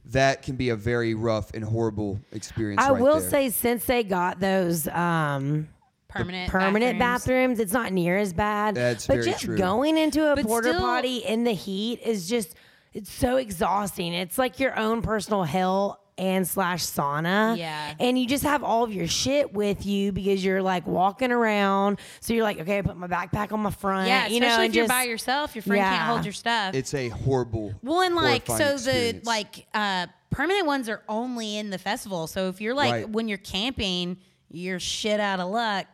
That can be a very rough and horrible experience. I right will there. say, since they got those um, Permanent permanent bathrooms. bathrooms. it's not near as bad. That's but very just true. going into a But porta still- potty in the heat is just it's so exhausting. It's like your own personal hell and slash sauna. Yeah. And you just have all of your shit with you because you're like walking around. So you're like, okay, I put my backpack on my front. Yeah, especially you know, and if you're just, by yourself, your friend Yeah. can't hold your stuff. it's a horrible. Well, and like so horrifying the experience. like uh permanent ones are only in the festival. So if you're like Right. when you're camping, you're shit out of luck.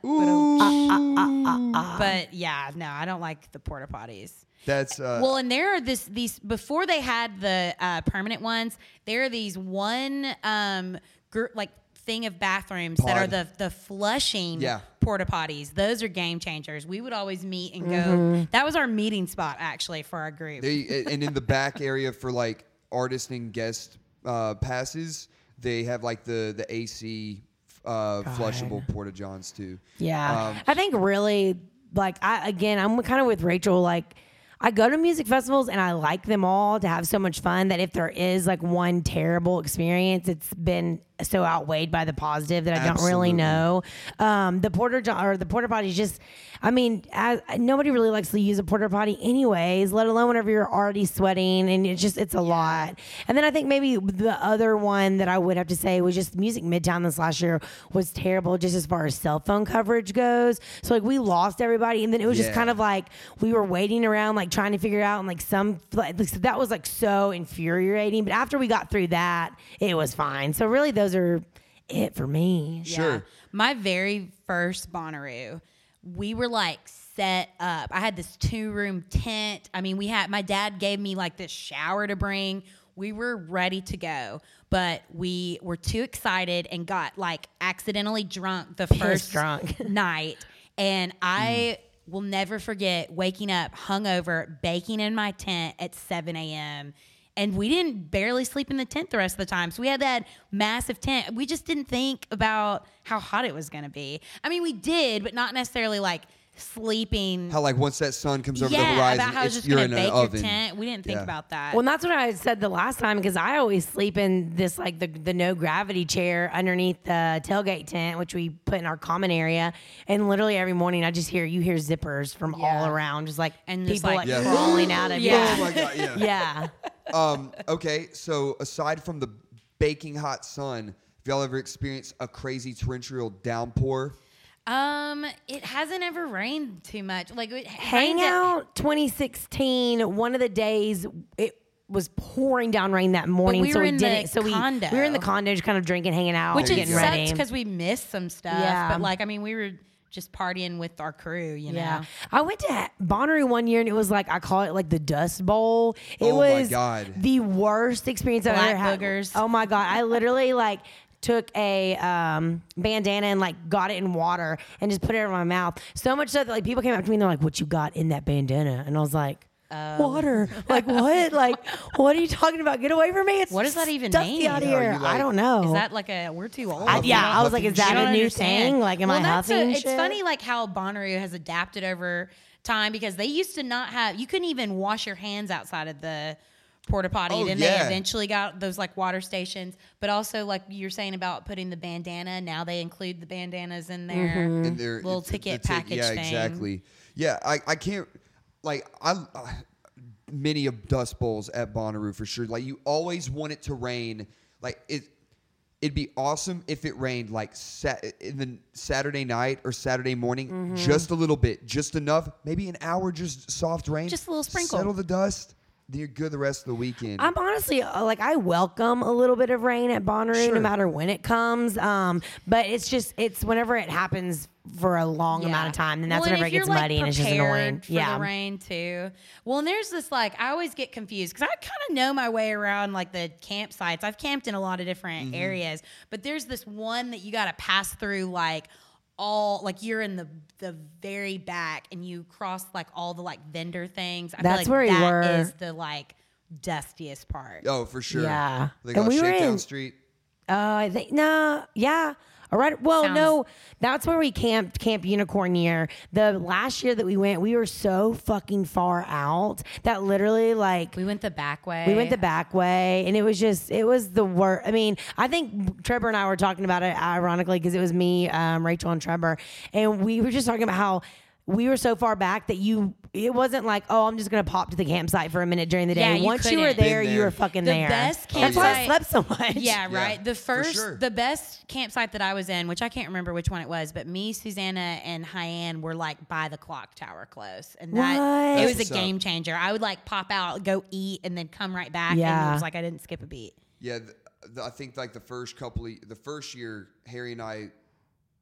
But yeah, no, I don't like the porta potties. That's uh, well, and there are this these before they had the uh, permanent ones. There are these one um gr- like thing of bathrooms that are Pod. the the flushing Yeah. porta potties. Those are game changers. We would always meet and Mm-hmm. go. That was our meeting spot actually for our group. they and in the back area for like artist and guest uh, passes, they have like the the AC uh, flushable porta johns too. Yeah. Um, I think really like I again I'm kind of with Rachel like I go to music festivals and I like them all to have so much fun that if there is like one terrible experience, it's been so outweighed by the positive that I don't Absolutely. really know. Um, the porter jo- or the porter potty is just, I mean, as, nobody really likes to use a porter potty anyways, let alone whenever you're already sweating and it's just it's a lot. And then I think maybe the other one that I would have to say was just music midtown this last year was terrible just as far as cell phone coverage goes. So like we lost everybody and then it was Yeah. just kind of like we were waiting around like trying to figure it out and like some like, so that was like so infuriating. But after we got through that, it was fine. So really those are it for me. Sure. My very first Bonnaroo, we were like set up. I had this two room tent. I mean, we had my dad gave me like this shower to bring. We were ready to go, but we were too excited and got like accidentally drunk the first drunk. night. And I Mm. will never forget waking up hungover, baking in my tent at 7 a.m. And we didn't barely sleep in the tent the rest of the time. So we had that massive tent. We just didn't think about how hot it was going to be. I mean, we did, but not necessarily like sleeping. How like once that sun comes over the yeah, horizon, about how it's, it's just you're going in to an bake oven. your tent. We didn't think Yeah. about that. Well, and that's what I said the last time because I always sleep in this like the the no gravity chair underneath the tailgate tent, which we put in our common area. And literally every morning, I just hear you hear zippers from all Yeah. around, just like And and just, people like, like, Yeah. (laughs) crawling out of Yeah. Oh my god! Yeah. yeah. yeah. um, okay, so aside from the baking hot sun, have y'all ever experienced a crazy torrential downpour? um, it hasn't ever rained too much. Like it rains at- Hangout 2016, one of the days it was pouring down rain that morning, we so were we in didn't. the so we condo. we were in the condo, just kind of drinking, hanging out, which it getting sucked ready. because we missed some stuff. Yeah. But like, I mean, we were just partying with our crew, you know. Yeah. I went to Bonnaroo one year and it was like, I call it like the Dust Bowl. It Oh my was God. the worst experience I've Black ever had. boogers. Oh my God. I literally like took a um, bandana and like got it in water and just put it in my mouth. So much so that like people came up to me and they're like, what you got in that bandana? And I was like, Oh. Water, like (laughs) what? Like what are you talking about? Get away from me! It's What does that even dusty mean? Out of Yeah, are here. you, I like- don't know. Is that like a we're too old? Oh. I- Huffing- yeah, I was like, huffing is that shit? a don't new understand. thing? Like, am well, I that's a- huffing It's shit? funny like how Bonnaroo has adapted over time because they used to not have you couldn't even wash your hands outside of the porta potty. Oh, then yeah. they eventually got those like water stations, but also like you're saying about putting the bandana. Now they include the bandanas in there. Mm-hmm. and their Mm-hmm. little it's- the ticket tic- package Yeah, thing. exactly. Yeah, I, I can't like I, I many of dust bowls at Bonnaroo for sure. Like you always want it to rain. Like it It'd be awesome if it rained like sat- in the Saturday night or Saturday morning, Mm-hmm. just a little bit, just enough, maybe an hour, just soft rain, Just a little sprinkle. settle the dust. Then you're good the rest of the weekend. I'm honestly uh, like I welcome a little bit of rain at Bonnaroo, Sure. no matter when it comes. Um, but it's just it's whenever it happens for a long Yeah. amount of time, then that's Well, and whenever if it gets you're, like, muddy and it's just prepared annoying. For Yeah, the rain too. Well, and there's this like I always get confused because I kind of know my way around like the campsites. I've camped in a lot of Mm-hmm. different areas, but there's this one that you got to pass through like all like you're in the the very back and you cross like all the like vendor things. I That's feel where like you that were. is the like dustiest part. oh, for sure. Yeah. They And call it we were Shakedown in- Street. Uh, I think no, yeah. All right. Well, Sounds- no, that's where we camped Camp Unicorn year. The last year that we went, we were so fucking far out that literally like We went the back way. we went the back way, and it was just it was the worst. I mean, I think Trevor and I were talking about it ironically because it was me, um, Rachel, and Trevor, and we were just talking about how we were so far back that you it wasn't like oh I'm just gonna pop to the campsite for a minute during the day. Yeah, you Once you were couldn't. there, Been you there. were fucking The there. best That's why I campsite- slept so much. Yeah, Yeah, right. The for first, sure. the best campsite that I was in, which I can't remember which one it was, but me, Susanna, and Hyann were like by the clock tower close, and that What? it That's was what's a up. game changer. I would like pop out, go eat, and then come right back. and Yeah. it was like I didn't skip a beat. Yeah, th th I think like the first couple, of, the first year, Harry and I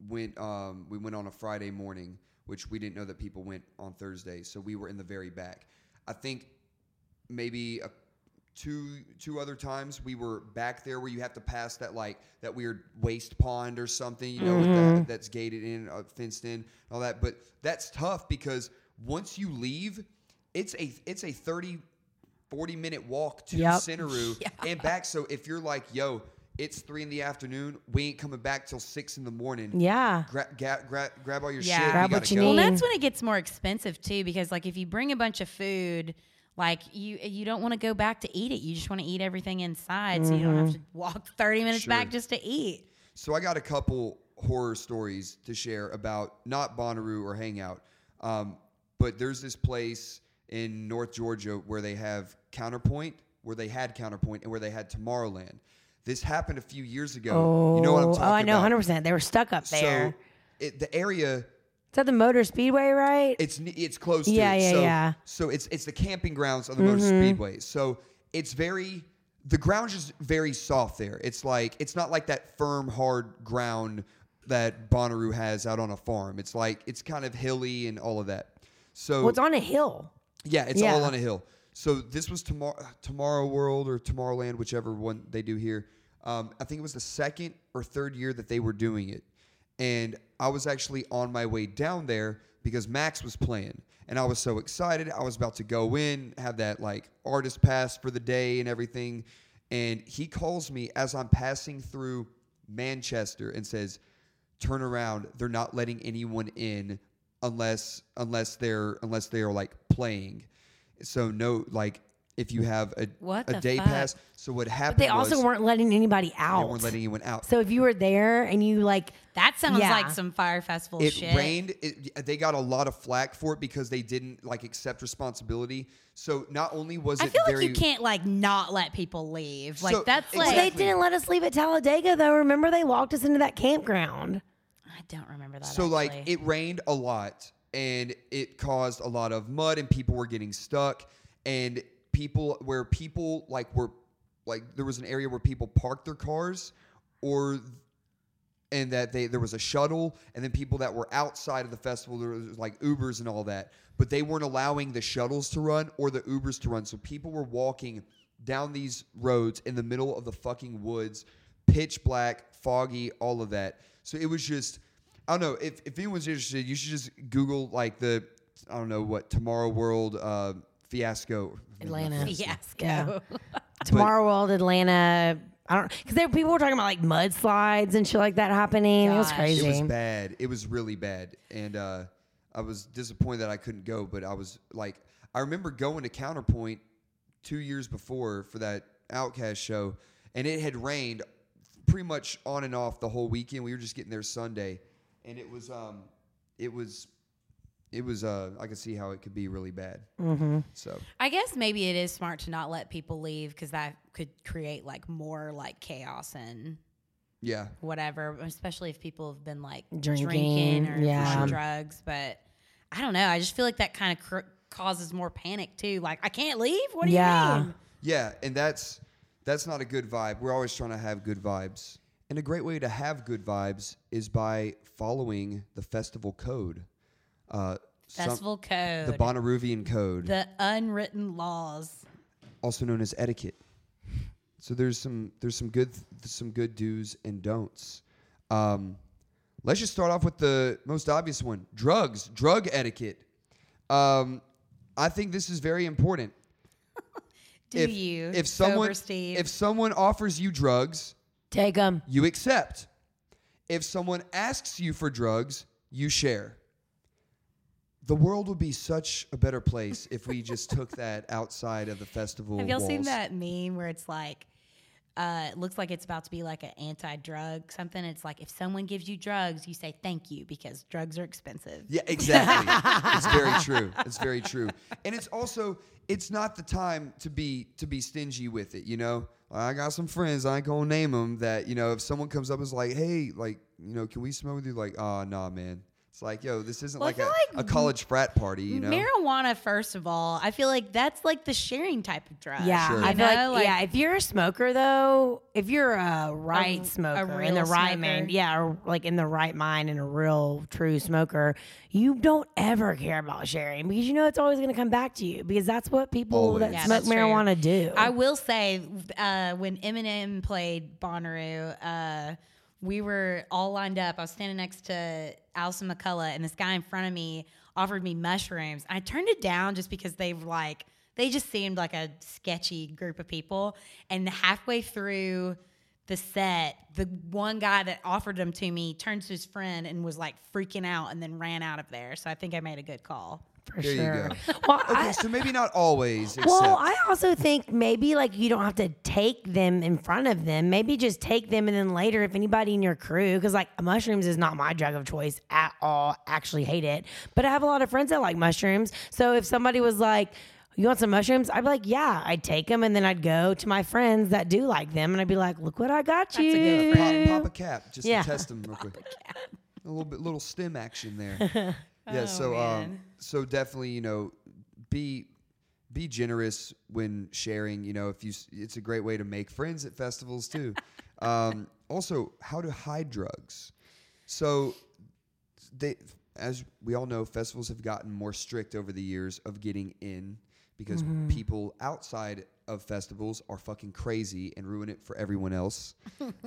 went. Um, we went on a Friday morning, which we didn't know that people went on Thursday, so we were in the very back. I think maybe a, two two other times we were back there where you have to pass that like that weird waste pond or something, you know, with that, that's gated in, uh, fenced in, and all that. But that's tough because once you leave, it's a it's a thirty. 40 minute walk to Yep. (laughs) Centeroo and back. So if you're like, yo, it's three in the afternoon, we ain't coming back till six in the morning. Yeah. Gra- ga- gra- grab all your Yeah. shit. Grab we what gotta you go. need. Well, that's when it gets more expensive too, because like if you bring a bunch of food, like you you don't want to go back to eat it. You just want to eat everything inside, so you don't have to walk thirty minutes Sure. back just to eat. So I got a couple horror stories to share about not Bonnaroo or Hangout, um, but there's this place in North Georgia where they have Counterpoint, where they had Counterpoint, and where they had Tomorrowland. This happened a few years ago. you know what I'm Oh, talking oh, I know, about. hundred percent. They were stuck up there. So it, the area Is that the Motor Speedway, right? It's n- it's close Yeah, to it. yeah, so, yeah. Mm-hmm. So it's it's the camping grounds on the motor speedway. So it's very the ground's just very soft there. It's like it's not like that firm, hard ground that Bonnaroo has out on a farm. It's like it's kind of hilly and all of that. So well, it's on a hill. yeah, it's Yeah. all on a hill. So this was tomorrow, Tomorrow World or Tomorrowland, whichever one they do here. Um, I think it was the second or third year that they were doing it, and I was actually on my way down there because Max was playing, and I was so excited. I was about to go in, have that like artist pass for the day and everything, and he calls me as I'm passing through Manchester and says, turn around. They're not letting anyone in unless unless they're unless they are like playing. So no, like if you have a What a the day fuck? pass. So what happened? They also was weren't letting anybody they out. weren't letting anyone out. so if you were there and you like, That sounds Yeah. like some fire festival it shit. rained. It, they got a lot of flack for it because they didn't like accept responsibility. So not only was I it feel very like you can't like not let people leave. Like So- that's Well, like well, they Exactly. didn't let us leave at Talladega though. Remember, they walked us into that campground. I don't remember that. So like (laughs) actually. it rained a lot and it caused a lot of mud and people were getting stuck and people where people like were like there was an area where people parked their cars or and that they there was a shuttle and then people that were outside of the festival there was like Ubers and all that but they weren't allowing the shuttles to run or the Ubers to run so people were walking down these roads in the middle of the fucking woods pitch black foggy all of that so it was just I don't know if if anyone's interested you should just google like the I don't know what tomorrow world uh, fiasco Atlanta. fiasco. Yeah. Tomorrow World, Atlanta. I don't because there people were talking about like mudslides and shit like that happening. It was Gosh. crazy. It was bad. It was really bad, and uh, I was disappointed that I couldn't go. But I was like, I remember going to Counterpoint two years before for that Outcast show, and it had rained pretty much on and off the whole weekend. We were just getting there Sunday, and it was um, it was, it was uh, I could see how it could be really bad. Mm. Mm-hmm. So I guess maybe it is smart to not let people leave because that could create like more like chaos and Yeah. whatever, especially if people have been like Drinking, drinking, or yeah. on drugs. But I don't know. I just feel like that kind of cr- causes more panic too. Like I can't leave. What do Yeah. you mean? Yeah, and that's that's not a good vibe. We're always trying to have good vibes. And a great way to have good vibes is by following the festival code. Uh, some- Festival code, the Bonneruvian code, the unwritten laws. also known as etiquette. So there's some there's some good some good do's and don'ts. Um, let's just start off with the most obvious one: drugs, drug etiquette. Um, I think this is very important. Do if, you? if someone sober Steve, if someone offers you drugs, Take them. you accept. If someone asks you for drugs, you share. The world would be such a better place if we just took that outside of the festival. Have y'all walls. seen that meme where it's like, uh, it looks like it's about to be like an anti-drug something. It's like if someone gives you drugs, you say thank you because drugs are expensive. Yeah, exactly. it's (laughs) very true. It's very true. And it's also it's not the time to be to be stingy with it. You know, I got some friends. I ain't gonna name them. That you know, if someone comes up and is like, "Hey, like, you know, can we smoke with you?" Like, "Ah, nah, man." It's like, yo, this isn't Well, I like, a, feel like a college frat party. You know, Marijuana, first of all, I feel like that's like the sharing type of drug. Yeah, Sure. I You feel like, know, like- yeah. If you're a smoker though, if you're a right a smoker in real the right smoker. mind, yeah, or like in the right mind and a real true smoker, you don't ever care about sharing because you know it's always going to come back to you because that's what people Always. that Yeah, smoke that's true. marijuana do. I will say, uh, when Eminem played Bonnaroo, uh, we were all lined up. I was standing next to Alison McCullough, and this guy in front of me offered me mushrooms. I turned it down just because they were like, they just seemed like a sketchy group of people. And halfway through the set, the one guy that offered them to me turned to his friend and was like freaking out and then ran out of there. So I think I made a good call. for there you sure. go. Well, okay, I, so maybe not always. Except, (laughs) well, I also think maybe like you don't have to take them in front of them. Maybe just take them and then later, if anybody in your crew, because like mushrooms is not my drug of choice at all. Actually, hate it. But I have a lot of friends that like mushrooms. So if somebody was like, you want some mushrooms? I'd be like, yeah, I'd take them. And then I'd go to my friends that do like them and I'd be like, look what I got you. good pop, pop a cap just Yeah. to test (laughs) them real quick. A little bit, little stem action there. Oh, yeah. so, um, man. so definitely, you know, be be generous when sharing. You know, if you, s- it's a great way to make friends at festivals (laughs) too. um, also, how to hide drugs. So, they, as we all know, festivals have gotten more strict over the years of getting in because Mm-hmm. people outside of festivals are fucking crazy and ruin it for everyone (laughs) else.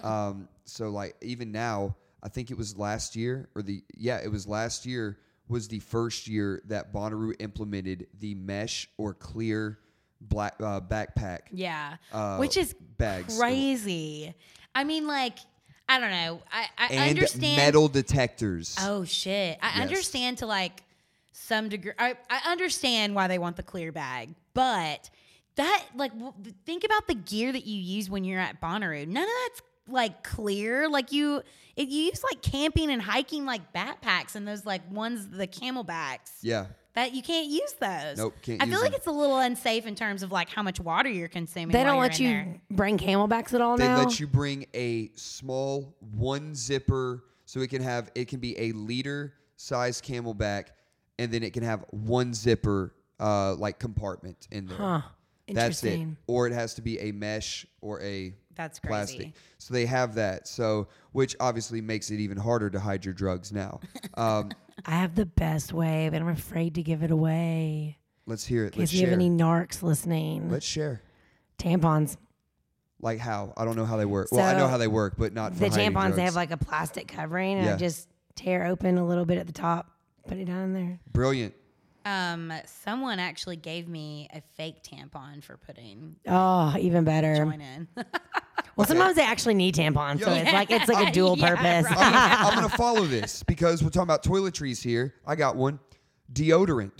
um, so, like, even now, I think it was last year or the, yeah, it was last year was the first year that Bonnaroo implemented the mesh or clear black uh, backpack. Yeah. Uh, Which is bags. crazy. I mean, like, I don't know. I, I And understand. metal detectors. Oh, shit. I Yes. understand to like some degree. I, I understand why they want the clear bag, but that, like, w- think about the gear that you use when you're at Bonnaroo. None of that's like clear. Like, you, if you use like camping and hiking, like backpacks and those like ones, the camelbacks. Yeah. That you can't use those. Nope, can't I use feel like them. it's a little unsafe in terms of like how much water you're consuming. They don't while you're let in you there. bring camelbacks at all They now. let you bring a small one zipper, so it can have it can be a liter size Camelback, and then it can have one zipper uh, like compartment in there. Huh. That's it. Interesting. Or it has to be a mesh or a That's plastic. crazy. So they have that. So which obviously makes it even harder to hide your drugs (laughs) now. Um, I have the best way, but I'm afraid to give it away. let's hear it. In Let's case you have share. any narcs listening, let's share. tampons. Like how? I don't know how they work. well, I know So, how they work, but not for the hiding tampons drugs. they have like a plastic covering and Yeah. I just tear open a little bit at the top put it down in there brilliant. Um, someone actually gave me a fake tampon for putting oh even better join in. (laughs) well sometimes they actually need tampons so Yeah. it's like it's like a dual Yeah, (laughs) purpose I'm gonna- I'm gonna follow this because we're talking about toiletries here. I got one. Deodorant.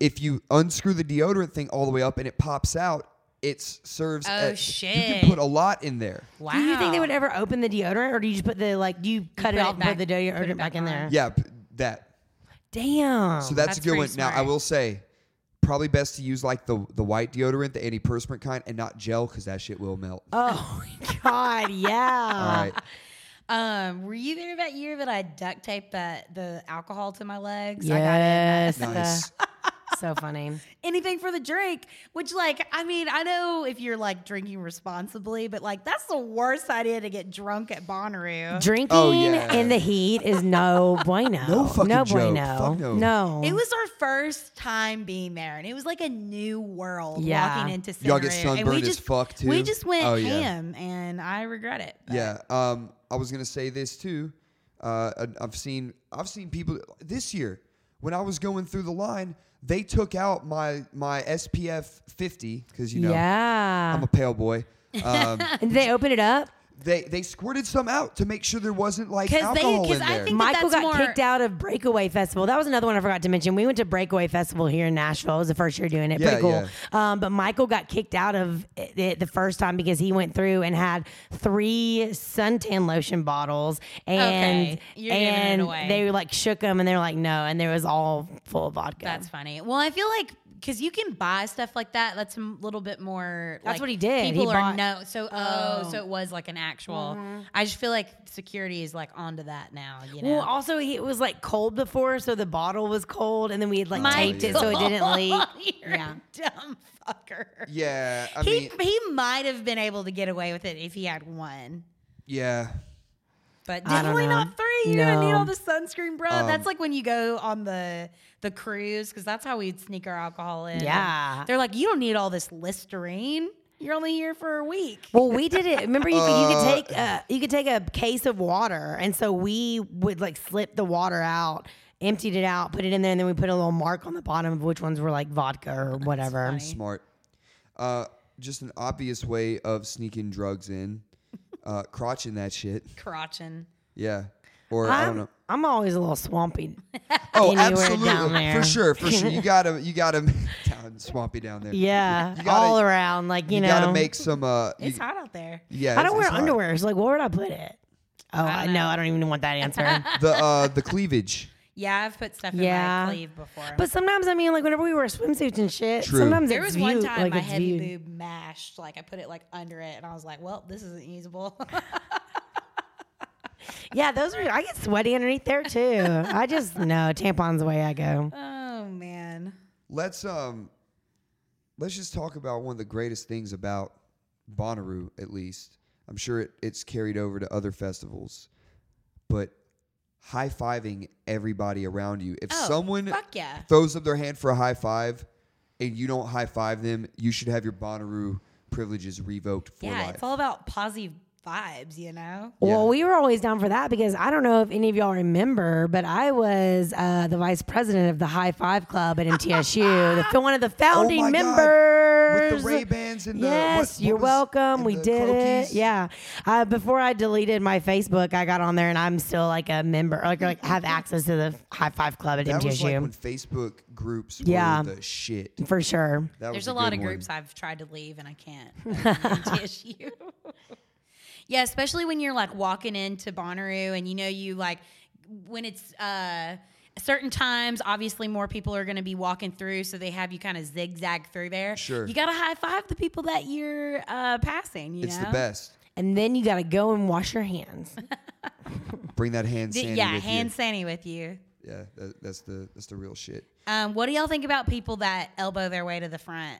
If you unscrew the deodorant thing all the way up and it pops out, it serves. Oh, as- You shit. can put a lot in there. (laughs) wow. do you think they would ever open the deodorant or do you just put the like do you cut put it it off and back- put the deodorant put it back, back in on. there Yeah, p- that. damn (laughs) So that's, Oh, That's a good pretty one. Now I smart. will say, probably best to use like the the white deodorant, the Oh. antiperspirant kind, and not gel because that shit will melt. (laughs) oh my god yeah (laughs) all right. Um, were you there that year that I duct taped that the alcohol to my legs? I got Yes. Nice. (laughs) so funny. anything for the drink, which like I mean, I know if you're like drinking responsibly, but like that's the worst idea to get drunk at Bonnaroo. Drinking Oh, yeah. in the heat is no (laughs) bueno. No fucking no joke. bueno. Fuck no. No. it was our first time being there, and it was like a new world Yeah. walking into Cinero. Y'all get and we sunburned as just, fuck, too? We just went Oh, yeah. ham, and I regret it. but- Yeah. Um, I was gonna say this too. Uh, and I've seen I've seen people this year when I was going through the line, they took out my my SPF 50 because you know yeah. I'm a pale boy. (laughs) Um, and they open it up. they they squirted some out to make sure there wasn't like 'Cause they- alcohol 'cause in I there. think- that Michael got that's more- kicked out of Breakaway Festival. That was another one I forgot to mention. We went to Breakaway Festival here in Nashville. It was the first year doing it. Yeah, Pretty cool. Um, but Michael got kicked out of it- it the first time because he went through and had three suntan lotion bottles, and Okay. You're giving it and away. they like shook them, and they were like, no, and there was all full of vodka. That's funny. Well, I feel like because you can buy stuff like that. That's a m- little bit more. That's like, what he did. He People are bought- no. So oh. Mm-hmm. so it was like an actual. I just feel like security is like onto that now. You know. Well, also he, it was like cold before, so the bottle was cold, and then we had like My taped it so it (laughs) didn't God, leak. Oh, You're Yeah. a dumb fucker. yeah, I he mean, he might have been able to get away with it if he had one. yeah. But I don't definitely know. not three. You're gonna need No. Um, all the sunscreen, bro. that's like when you go on the the cruise, because that's how we'd sneak our alcohol in. Yeah. They're like, you don't need all this Listerine. You're only here for a week. Well, we did it. Remember, you could, you Uh, could take a, you could take a case of water, and so we would like slip the water out, emptied it out, put it in there, and then we put a little mark on the bottom of which ones were like vodka or whatever. Smart. Uh, just an obvious way of sneaking drugs in, uh, crotching that shit. Crotching. Yeah. Or I don't I'm, know. I'm always a (laughs) little swampy. Oh, anywhere absolutely, down there. for sure, for (laughs) sure. You gotta, you gotta, (laughs) down swampy down there. Yeah, You gotta- all around, like you, you, know. gotta make some. Uh, you- It's hot out there. yeah, I it's- don't wear it's hot. underwear, so like, where would I put it? Oh, I I don't no, know. I don't even (laughs) want that answer. The (laughs) uh, the cleavage. Yeah, I've put stuff Yeah. in my sleeve before. but sometimes, I mean, like whenever we wear swimsuits and shit, True. sometimes there it's was one viewed- time like my it's heavy viewed. boob mashed. Like I put it like under it, and I was like, "Well, this isn't usable." (laughs) Yeah, those are. I get sweaty underneath there too. I (laughs) just no tampons the way I go. oh man. Let's um, let's just talk about one of the greatest things about Bonnaroo. At least I'm sure it, it's carried over to other festivals, but high fiving everybody around you. If Oh, someone fuck yeah. throws up their hand for a high five, and you don't high five them, you should have your Bonnaroo privileges revoked for Yeah, life. it's all about positive vibes, you know. Yeah. Well, we were always down for that because I don't know if any of y'all remember, but I was uh, the vice president of the High Five Club (laughs) at MTSU, the, one of the founding Oh my God. members. With the Ray-Bans and the- what- yes, what you're was- welcome. and We the did Crokies? it. Yeah. Uh, before I deleted my Facebook, I got on there and I'm still like a member, like, like have access to the High Five Club at That MTSU was like when Facebook groups were Yeah. the shit. for sure. That was There's a lot good of one. groups I've tried to leave and I can't. (laughs) That's an issue. (laughs) yeah, especially when you're like walking into Bonnaroo and you know you like when it's uh certain times obviously more people are going to be walking through so they have you kind of zigzag through there. Sure. You got to high five the people that you're uh passing, you It's know? the best. And then you got to go and wash (laughs) your hands. Bring that hand D- sandy yeah, with hand sandy with you. you. Yeah, that, that's the that's the real shit. Um, what do y'all think about people that elbow their way to the front?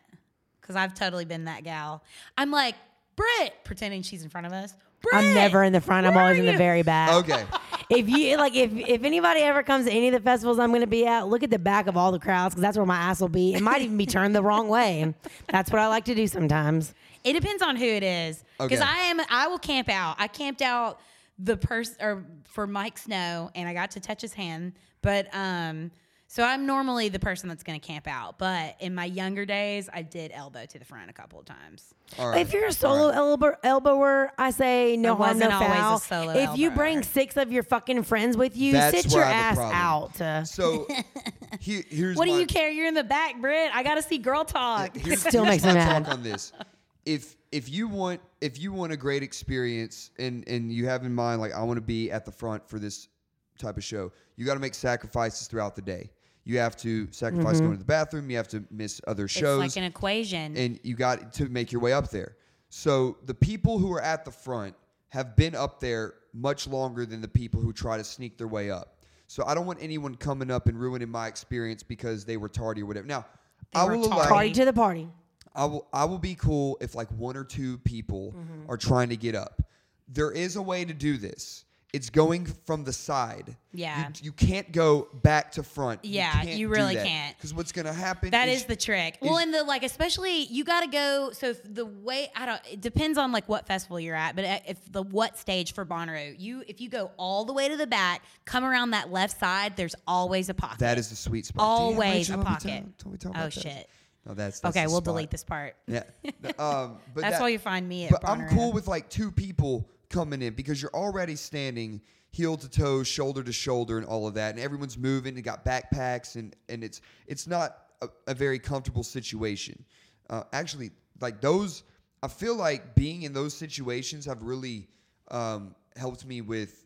Because I've totally been that gal. I'm like, Brit, pretending she's in front of us. Brit! I'm never in the front. I'm Where always are in the you? very back. (laughs) Okay, If you like, if if anybody ever comes to any of the festivals I'm going to be at, look at the back of all the crowds because that's where my ass will be. It might even be turned the wrong way. That's what I like to do sometimes. It depends on who it is. Because Okay. I am I will camp out. I camped out the person or for Mike Snow and I got to touch his hand. But um so I'm normally the person that's gonna camp out. But in my younger days I did elbow to the front a couple of times. all right. If you're a solo elbow- elbower, I say no I harm, no wasn't always a foul. solo if you elbower. bring six of your fucking friends with you, That's sit where your I have ass a out. problem. (laughs) so he- here's What do my- you care? You're in the back, Brit. I gotta see girl talk. (laughs) Here's, Still here's makes me my mad. talk on this. If if you want if you want a great experience and and you have in mind like I want to be at the front for this type of show, you got to make sacrifices throughout the day. You have to sacrifice Mm-hmm. going to the bathroom. You have to miss other shows it's like an equation. and you got to make your way up there. So the people who are at the front have been up there much longer than the people who try to sneak their way up. So I don't want anyone coming up and ruining my experience because they were tardy or whatever. Now, I were will tardy. allow, Party to the party. I will I will be cool if like one or two people Mm-hmm. are trying to get up. There is a way to do this. It's going from the side. Yeah. You, you can't go back to front. Yeah, you really can't. Because what's going to happen That is is the trick. Well, and the like, especially you got to go. So if the way I don't, it depends on like what festival you're at, but uh, if the what stage for Bonnaroo, you if you go all the way to the back, come around that left side, there's always a pocket. that is the sweet spot. always Damn, Rachel, don't a be pocket. tell- don't be talking oh about that. shit. No, that's, that's Okay, the we'll spot. delete this part. Yeah. No, (laughs) um, but That's that- why you find me at But I'm Bonnaroo. cool with like two people coming in because you're already standing heel to toe, shoulder to shoulder, and all of that, and everyone's moving and got backpacks, and and it's it's not a, a very comfortable situation. Uh, actually, like those, I feel like being in those situations have really um, helped me with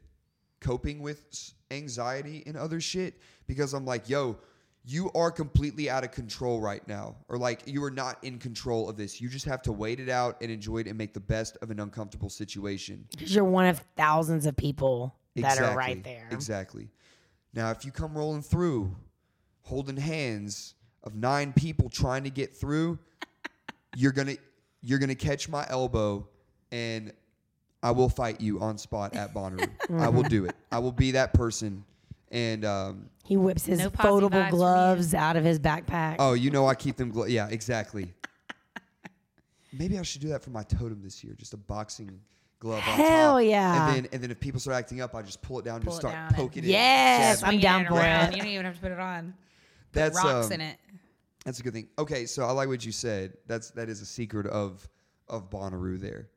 coping with s- anxiety and other shit because I'm like, yo, you are completely out of control right now. Or like, you are not in control of this. You just have to wait it out and enjoy it and make the best of an uncomfortable situation. Because you're one of thousands of people that are right there. Exactly. Now, if you come rolling through holding hands of nine people trying to get through, (laughs) you're going to you're going to catch my elbow and I will fight you on spot at (laughs) Bonnaroo. I will do it. I will be that person and um, He whips his No posse vibes for foldable me. gloves out of his backpack. oh, you know I keep them glo- yeah, exactly. Maybe I should do that for my totem this year, just a boxing glove on Hell top. yeah. And then and then if people start acting up, I just pull it down, Pull just it start down and- poking it. Yes, jabbing I'm Swinging down for around. it. You don't even have to put it on. Put That's rocks um, in it. That's a good thing. Okay, so I like what you said. That's that is a secret of of Bonnaroo there,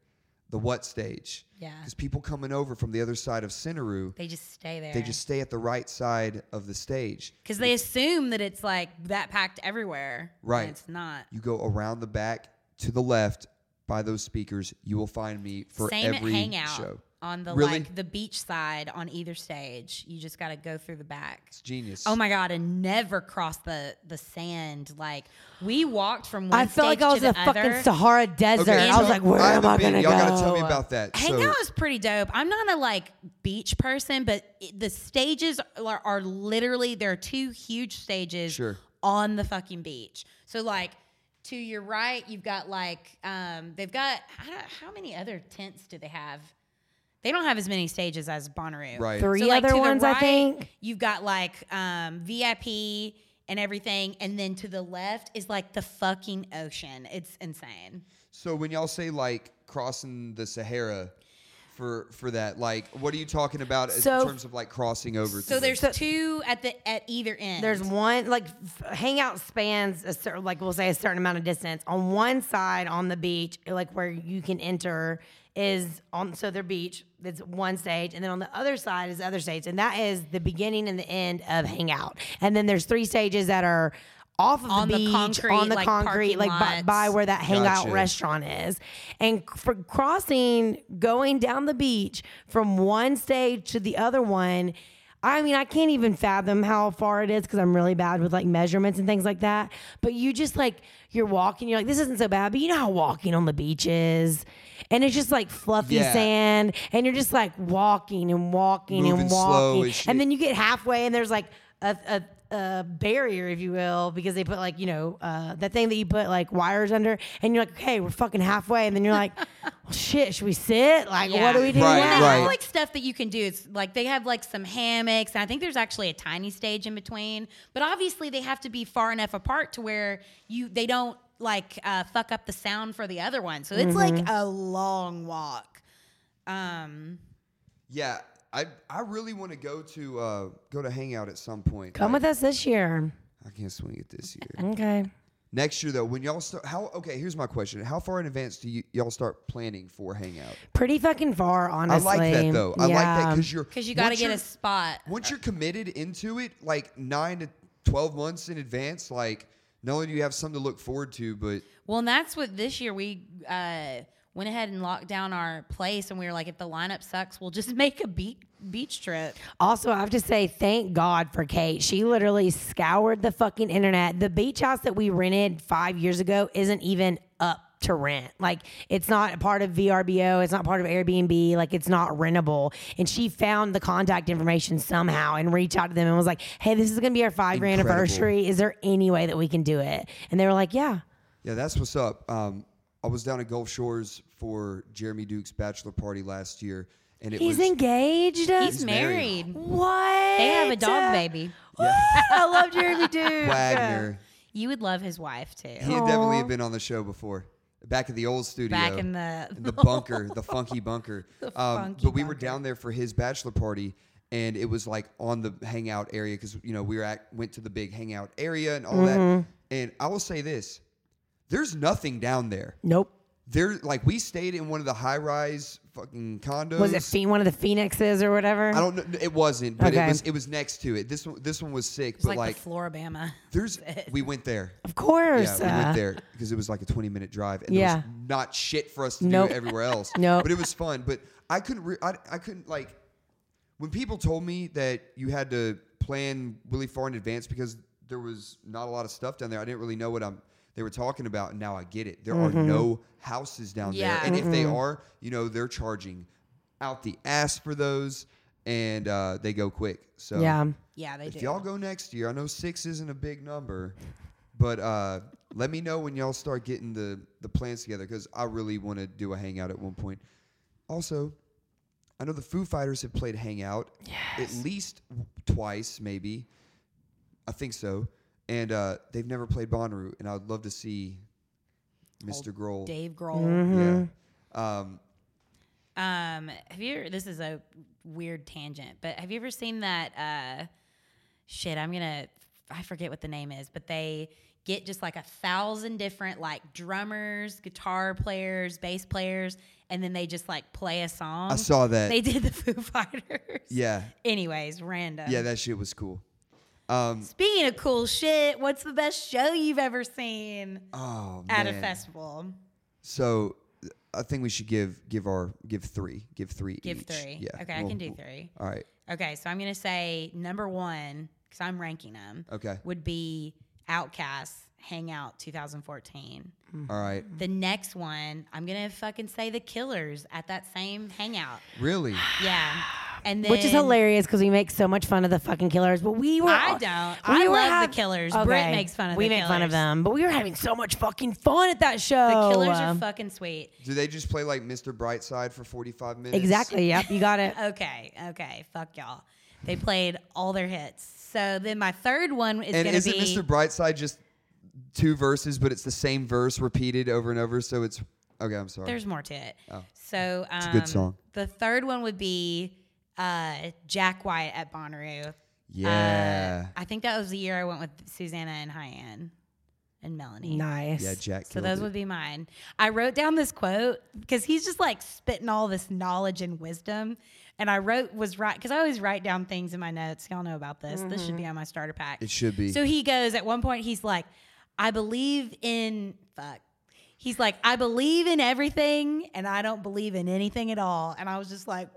the what stage. Yeah. because people coming over from the other side of Cinneroo, They just stay there. they just stay at the right side of the stage. because they assume that it's like that packed everywhere. and Right. it's not. You go around the back to the left by those speakers. You will find me for Same every at hangout show. on the Really? like the beach side on either stage. You just got to go through the back. It's genius. Oh my god, and never cross the the sand. Like we walked from one I felt like stage I was to in the the fucking other. Sahara Desert. I was so like, where am haven't I been. going to go? Y'all gotta tell me about that. Hangout so, is pretty dope. I'm not a like beach person, but it, the stages are, are literally there are two huge stages Sure. on the fucking beach. So like to your right, you've got like um, they've got I don't, how many other tents do they have? They don't have as many stages as Bonnaroo. right. Three So, like, to other the ones, I right, think. You've got like um, VIP and everything, and then to the left is like the fucking ocean. It's insane. So when y'all say like crossing the Sahara. For, for that, like, what are you talking about So- in terms of like crossing over? to So the- there's two at the at either end. There's one like f- hangout spans a certain like we'll say a certain amount of distance. On one side on the beach, like where you can enter is on so their beach. That's one stage, and then on the other side is the other stage, and that is the beginning and the end of hangout. And then there's three stages that are off of On the the beach, concrete, on the like, concrete, parking like by, lots. by where that hangout Gotcha. restaurant is, and c- for crossing, going down the beach from one stage to the other one. I mean, I can't even fathom how far it is because I'm really bad with like measurements and things like that. But you just like, you're walking, you're like, this isn't so bad. But you know how walking on the beach is. And it's just like fluffy Yeah. sand. And you're just like walking and walking Moving and slow walking. as shit. And then you get halfway and there's like a, a, a barrier, if you will, because they put like, you know, uh, that thing that you put like wires under. And you're like, okay, we're fucking halfway. And then you're like, well, shit, should we sit? Like, Yeah. what do we do Right, now? They right. have like stuff that you can do. It's like they have like some hammocks, and I think there's actually a tiny stage in between. But obviously, they have to be far enough apart to where you they don't like uh, fuck up the sound for the other one. So it's like a long walk. Um, Yeah, I I really want to go to uh, go to hang out at some point. Come Like, with us this year. I can't swing it this year. Okay. Next year though, when y'all start, how okay? Here's my question: How far in advance do you, y'all start planning for hangout? Pretty fucking far, honestly. I like that though. I like that Yeah. because you're because you got to once get you're- a spot. once you're committed into it, like nine to twelve months in advance, like not only do you have something to look forward to, but Well, and that's what this year we uh, went ahead and locked down our place, and we were like, if the lineup sucks, we'll just (laughs) make a beach beach trip. Also, I have to say, thank God for Kate. She literally scoured the fucking internet. The beach house that we rented five years ago isn't even up to rent. Like it's not a part of VRBO, it's not part of Airbnb, like it's not rentable. And she found the contact information somehow and reached out to them and was like, "Hey, this is going to be our 5 year Incredible. anniversary. Is there any way that we can do it?" And they were like, "Yeah." Yeah, that's what's up. Um, I was down at Gulf Shores for Jeremy Duke's bachelor party last year, and it He's was engaged. He's married. married. what? They have a dog baby. I love Jeremy (laughs) Duke. Wagner. You would love his wife too. He had definitely had been on the show before, back at the old studio, Back in the- (laughs) in the bunker, the funky bunker. Um, funky but we were bunker. down there for his bachelor party, and it was like on the hangout area because you know we were at went to the big hangout area and all that. Mm-hmm. And I will say this: there's nothing down there. Nope. There, like we stayed in one of the high rise fucking condos. Was it phe- one of the Phoenixes or whatever? I don't know. It wasn't, but it Okay. was. It was next to it. This one. This one was sick. It's but like, like, the Floribama. there's, we went there. Of course. Yeah, we uh, went there because it was like a 20 minute drive, and there Yeah. was not shit for us to Nope. do everywhere else. (laughs) Nope. but it was fun. But I couldn't. Re- I, I couldn't like when people told me that you had to plan really far in advance because there was not a lot of stuff down there. I didn't really know what I'm. They were talking about, and now I get it. There Mm-hmm. are no houses down Yeah. there, and if they are, you know, they're charging out the ass for those, and uh, they go quick. So Yeah. Yeah, they if do. y'all go next year, I know six isn't a big number, but uh, let me know when y'all start getting the the plans together because I really want to do a hangout at one point. Also, I know the Foo Fighters have played hangout at least w- twice, maybe. I think so, and uh, they've never played Bonnaroo, and I would love to see Mr. Grohl. Dave Mm-hmm. Grohl. Yeah. Um, Um, have you? This is a weird tangent, but have you ever seen that? Uh, shit, I'm gonna. I forget what the name is, but they get just like a thousand different like drummers, guitar players, bass players, and then they just like play a song. I saw that. They did the (laughs) Foo Fighters. yeah, Anyways, random. yeah, that shit was cool. Um, Speaking of cool shit, what's the best show you've ever seen oh, at a man. festival? So th- I think we should give give our give three give three Give each. three. yeah Okay, I Well, can do w- three. all right Okay, so I'm gonna say number one because I'm ranking them. okay would be Outcasts Hangout 2014. Mm. all right The next one, I'm gonna fucking say The Killers at that same Hangout. really (sighs) Yeah, and then Which is hilarious because we make so much fun of the fucking killers, but we were. I don't. I love the Killers. Brit makes fun of we the make fun of Killers. them, but we were having so much fucking fun at that show. The Killers Uh, Oh, are um. fucking sweet. do they just play like Mr. Brightside for forty five minutes Exactly. Yep. You (laughs) got it. Okay, okay, fuck y'all. They played all their hits. So then my third one is and gonna isn't be Mr. Brightside just two verses but it's the same verse repeated over and over so it's okay I'm sorry There's more to it. So um, Oh. a good song. The third one would be uh, Jack White at Bonnaroo. yeah Uh, I think that was the year I went with Susanna and Hyann and Melanie. Nice. yeah Jack So killed those it. would be mine. I wrote down this quote because he's just like spitting all this knowledge and wisdom. And I wrote was right because I always write down things in my notes. Y'all know about this. This should be on my starter pack. Mm-hmm. it should be So he goes at one point. He's like, I believe in fuck. He's like, I believe in everything, and I don't believe in anything at all. And I was just like,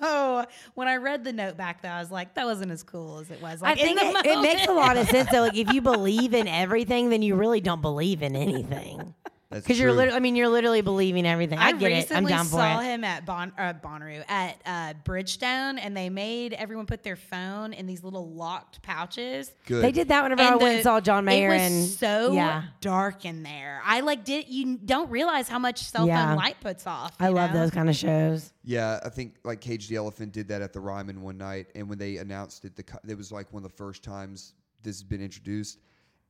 whoa. (laughs) When I read the note back, though, I was like, that wasn't as cool as it was. I Like, in think the it, it makes a moment. lot of sense though. Like if (laughs) you believe in everything, then you really don't believe in anything. That's Because you're true. literally, I mean, you're literally believing everything. I, get it. I'm recently down for saw it. him at bon- uh, Bonnaroo at uh, Bridgestone, and they made everyone put their phone in these little locked pouches. good They did that whenever I And went the- and saw John Mayer. It was and so yeah, dark in there. I like did you don't realize how much cell phone Yeah. light puts off. I you love know? those kind of shows. Yeah, I think like Cage the Elephant did that at the Ryman one night, and when they announced it, the co- it was like one of the first times this has been introduced,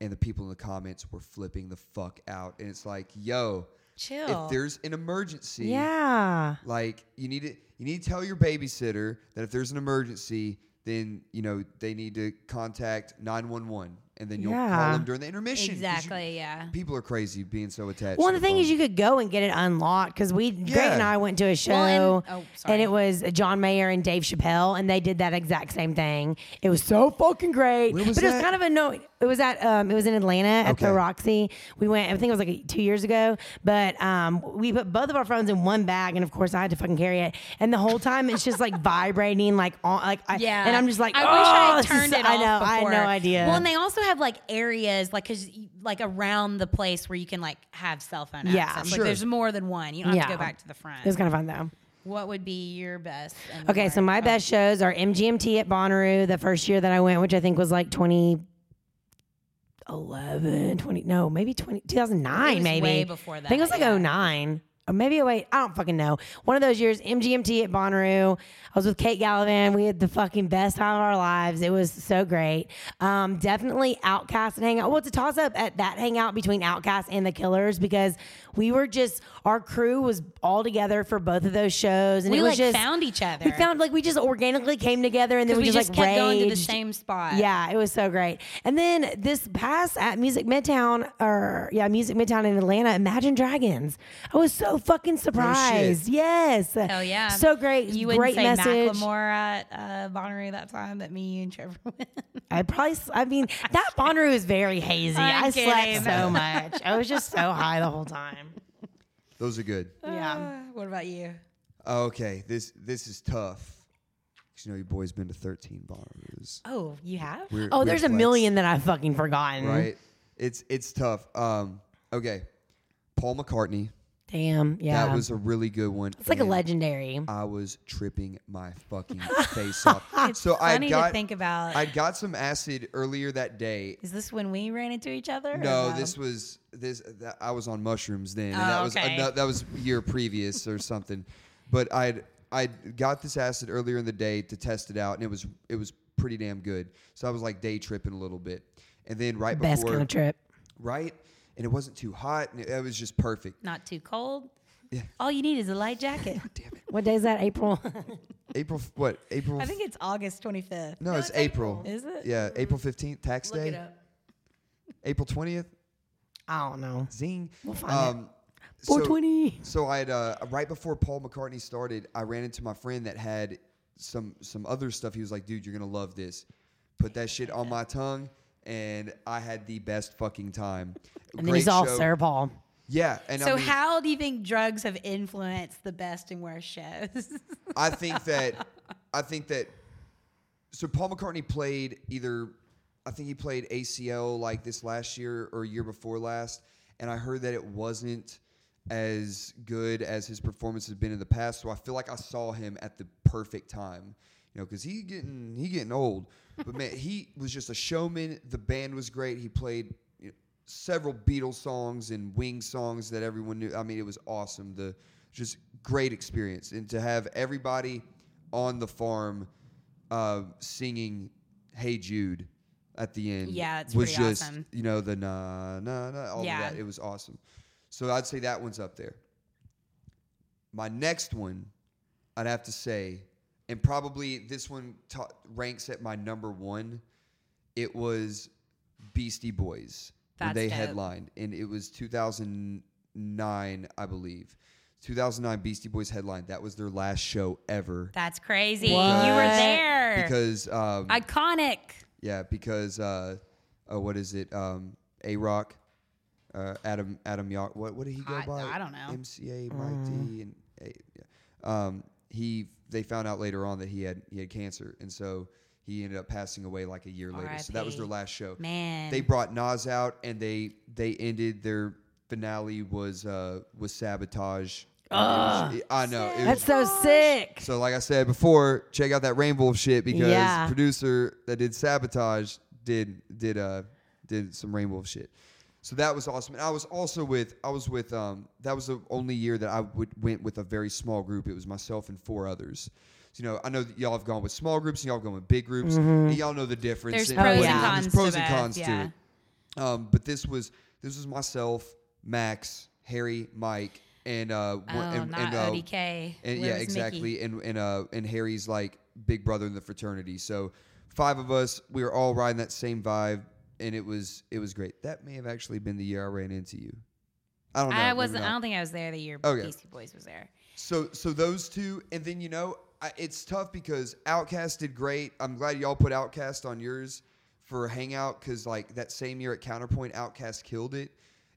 and the people in the comments were flipping the fuck out, and it's like, yo, Chill. if there's an emergency, Yeah. like you need to you need to tell your babysitter that if there's an emergency, then you know they need to contact nine one one, and then you'll call Yeah. them during the intermission. 'cause you- Exactly, yeah. People are crazy being so attached. Well, to the thing is, phone. you could go and get it unlocked because we, Greg and Yeah. I went to a show, Well, and- and, oh, sorry. it was John Mayer and Dave Chappelle, and they did that exact same thing. It was so fucking great, Where was but it was that? kind of annoying. it was at um, it was in Atlanta at the Okay. Roxy. We went. I think it was like two years ago. But um, we put both of our phones in one bag, and of course I had to fucking carry it. And the whole time it's just like (laughs) vibrating, like on, like I, Yeah, And I'm just like, I oh, wish I had this is- turned it I off know. I had before. no idea. Well, and they also have like areas, like because like around the place where you can like have cell phone Yeah. access. Like Sure. there's more than one. You don't have Yeah. to go back to the front. it was kind of fun though. what would be your best? and Okay, so worst? my best shows are MGMT at Bonnaroo the first year that I went, which I think was like 2011, 20, no, maybe 20, 2009, It was maybe. way before I think it was that, like yeah. 09. Or maybe, wait, I don't fucking know. One of those years, MGMT at Bonnaroo. I was with Kate Gallivan. We had the fucking best time of our lives. It was so great. Um, definitely Outcast and Hangout. Well, it's a toss up at that hangout between Outcast and the Killers because we were just, our crew was all together for both of those shows. And we it was like just, found each other. we found like we just organically came together and then 'Cause we, we just, just like kept raged. going to the same spot. Yeah, it was so great. And then this past at Music Midtown or yeah, Music Midtown in Atlanta, Imagine Dragons. I was so fucking surprised. yes. Hell yeah. So great. You wouldn't great say message. Macklemore at uh, Bonnaroo that time that me, you, and Trevor (laughs) went. I probably s- I mean that Bonnaroo is very hazy. I'm I kidding. slept so much. I was just so high the whole time. Those are good. Yeah. (laughs) Uh, what about you? Okay, this this is tough. 'Cause you know your boy's been to 13 Bonnaroos. Oh, you have? Weird- Oh, weird there's a flex, million that I've fucking forgotten. Right? It's it's tough. Um, okay, Paul McCartney. Damn. Yeah. That was a really good one. it's like a and legendary. I was tripping my (laughs) fucking face off. so I Funny got to think about. I got some acid earlier that day. Is this when we ran into each other? or No, this was this. That, I was on mushrooms then, and Oh, that was okay. ano- that was a year previous or something. But I I got this acid earlier in the day to test it out, and it was it was pretty damn good. So I was like day tripping a little bit, and then right Best before kind of trip. right, and it wasn't too hot, and it, it was just perfect. Not too cold. All you need is a light jacket. (laughs) What day is that? April. (laughs) April f- what April? I f- think it's August 25th. no, it's, April. Is it? Yeah, April fifteenth, tax Look day. it up. April twentieth, I don't know. zing. We'll find it. 420. So I had uh, right before Paul McCartney started, I ran into my friend that had some some other stuff. He was like, "Dude, you're gonna love this." Put that shit on my tongue, and I had the best fucking time. And then you saw show. Sarah Paul. Yeah, and So, I, mean, how do you think drugs have influenced the best and worst shows? (laughs) I think that I think that so Paul McCartney played either I think he played ACL like this last year or year before last, and I heard that it wasn't as good as his performance has been in the past. So I feel like I saw him at the perfect time, you know, because he getting he getting old. But man, he was just a showman. The band was great. He played you know, several Beatles songs and Wings songs that everyone knew. I mean, it was awesome. The just great experience, and to have everybody on the farm uh, singing "Hey Jude" at the end. Yeah, it's was pretty just awesome. you know the na na na all Yeah. of that. It was awesome. So I'd say that one's up there. My next one, I'd have to say, and probably this one ta ranks at my number one. It was Beastie Boys That's when they dope. headlined, and it was 2009, I believe. 2009 Beastie Boys headlined. That was their last show ever. That's crazy. What? You were there. Because um, Iconic. yeah, because uh, uh, what is it? Um, A Rock, uh, Adam Adam Yock. What what did he go I- by? I don't know. MCA Mike D and A, yeah. um, he. They found out later on that he had he had cancer, and so he ended up passing away like a year later. So that was their R.I.P.. last show. Man. They brought Nas out, and they they ended their finale was uh, was sabotage. It was- I know. It was That's so sick. so, like I said before, check out that Rainwolf shit because Yeah. producer that did sabotage did did uh did some Rainwolf shit. So that was awesome. And I was also with I was with um that was the only year that I would went with a very small group. It was myself and four others. So, you know, I know that y'all have gone with small groups and y'all have gone with big groups. Mm-hmm. And y'all know the difference. There's in- pros and There's cons to pros and both, cons to yeah. it. Um, but this was this was myself, Max, Harry, Mike, and uh one- Oh, and, not and, uh, ODK. and Where yeah, was exactly. And and uh and Harry's like big brother in the fraternity. So five of us, we were all riding that same vibe, and it was it was great. That may have actually been the year I ran into you. I don't know. I maybe wasn't. not. I don't think I was there the year Okay. Beastie Boys was there. So so those two, and then you know I, it's tough because Outcast did great. I'm glad y'all put Outcast on yours. for Hangout because like that same year at Counterpoint, Outcast killed it,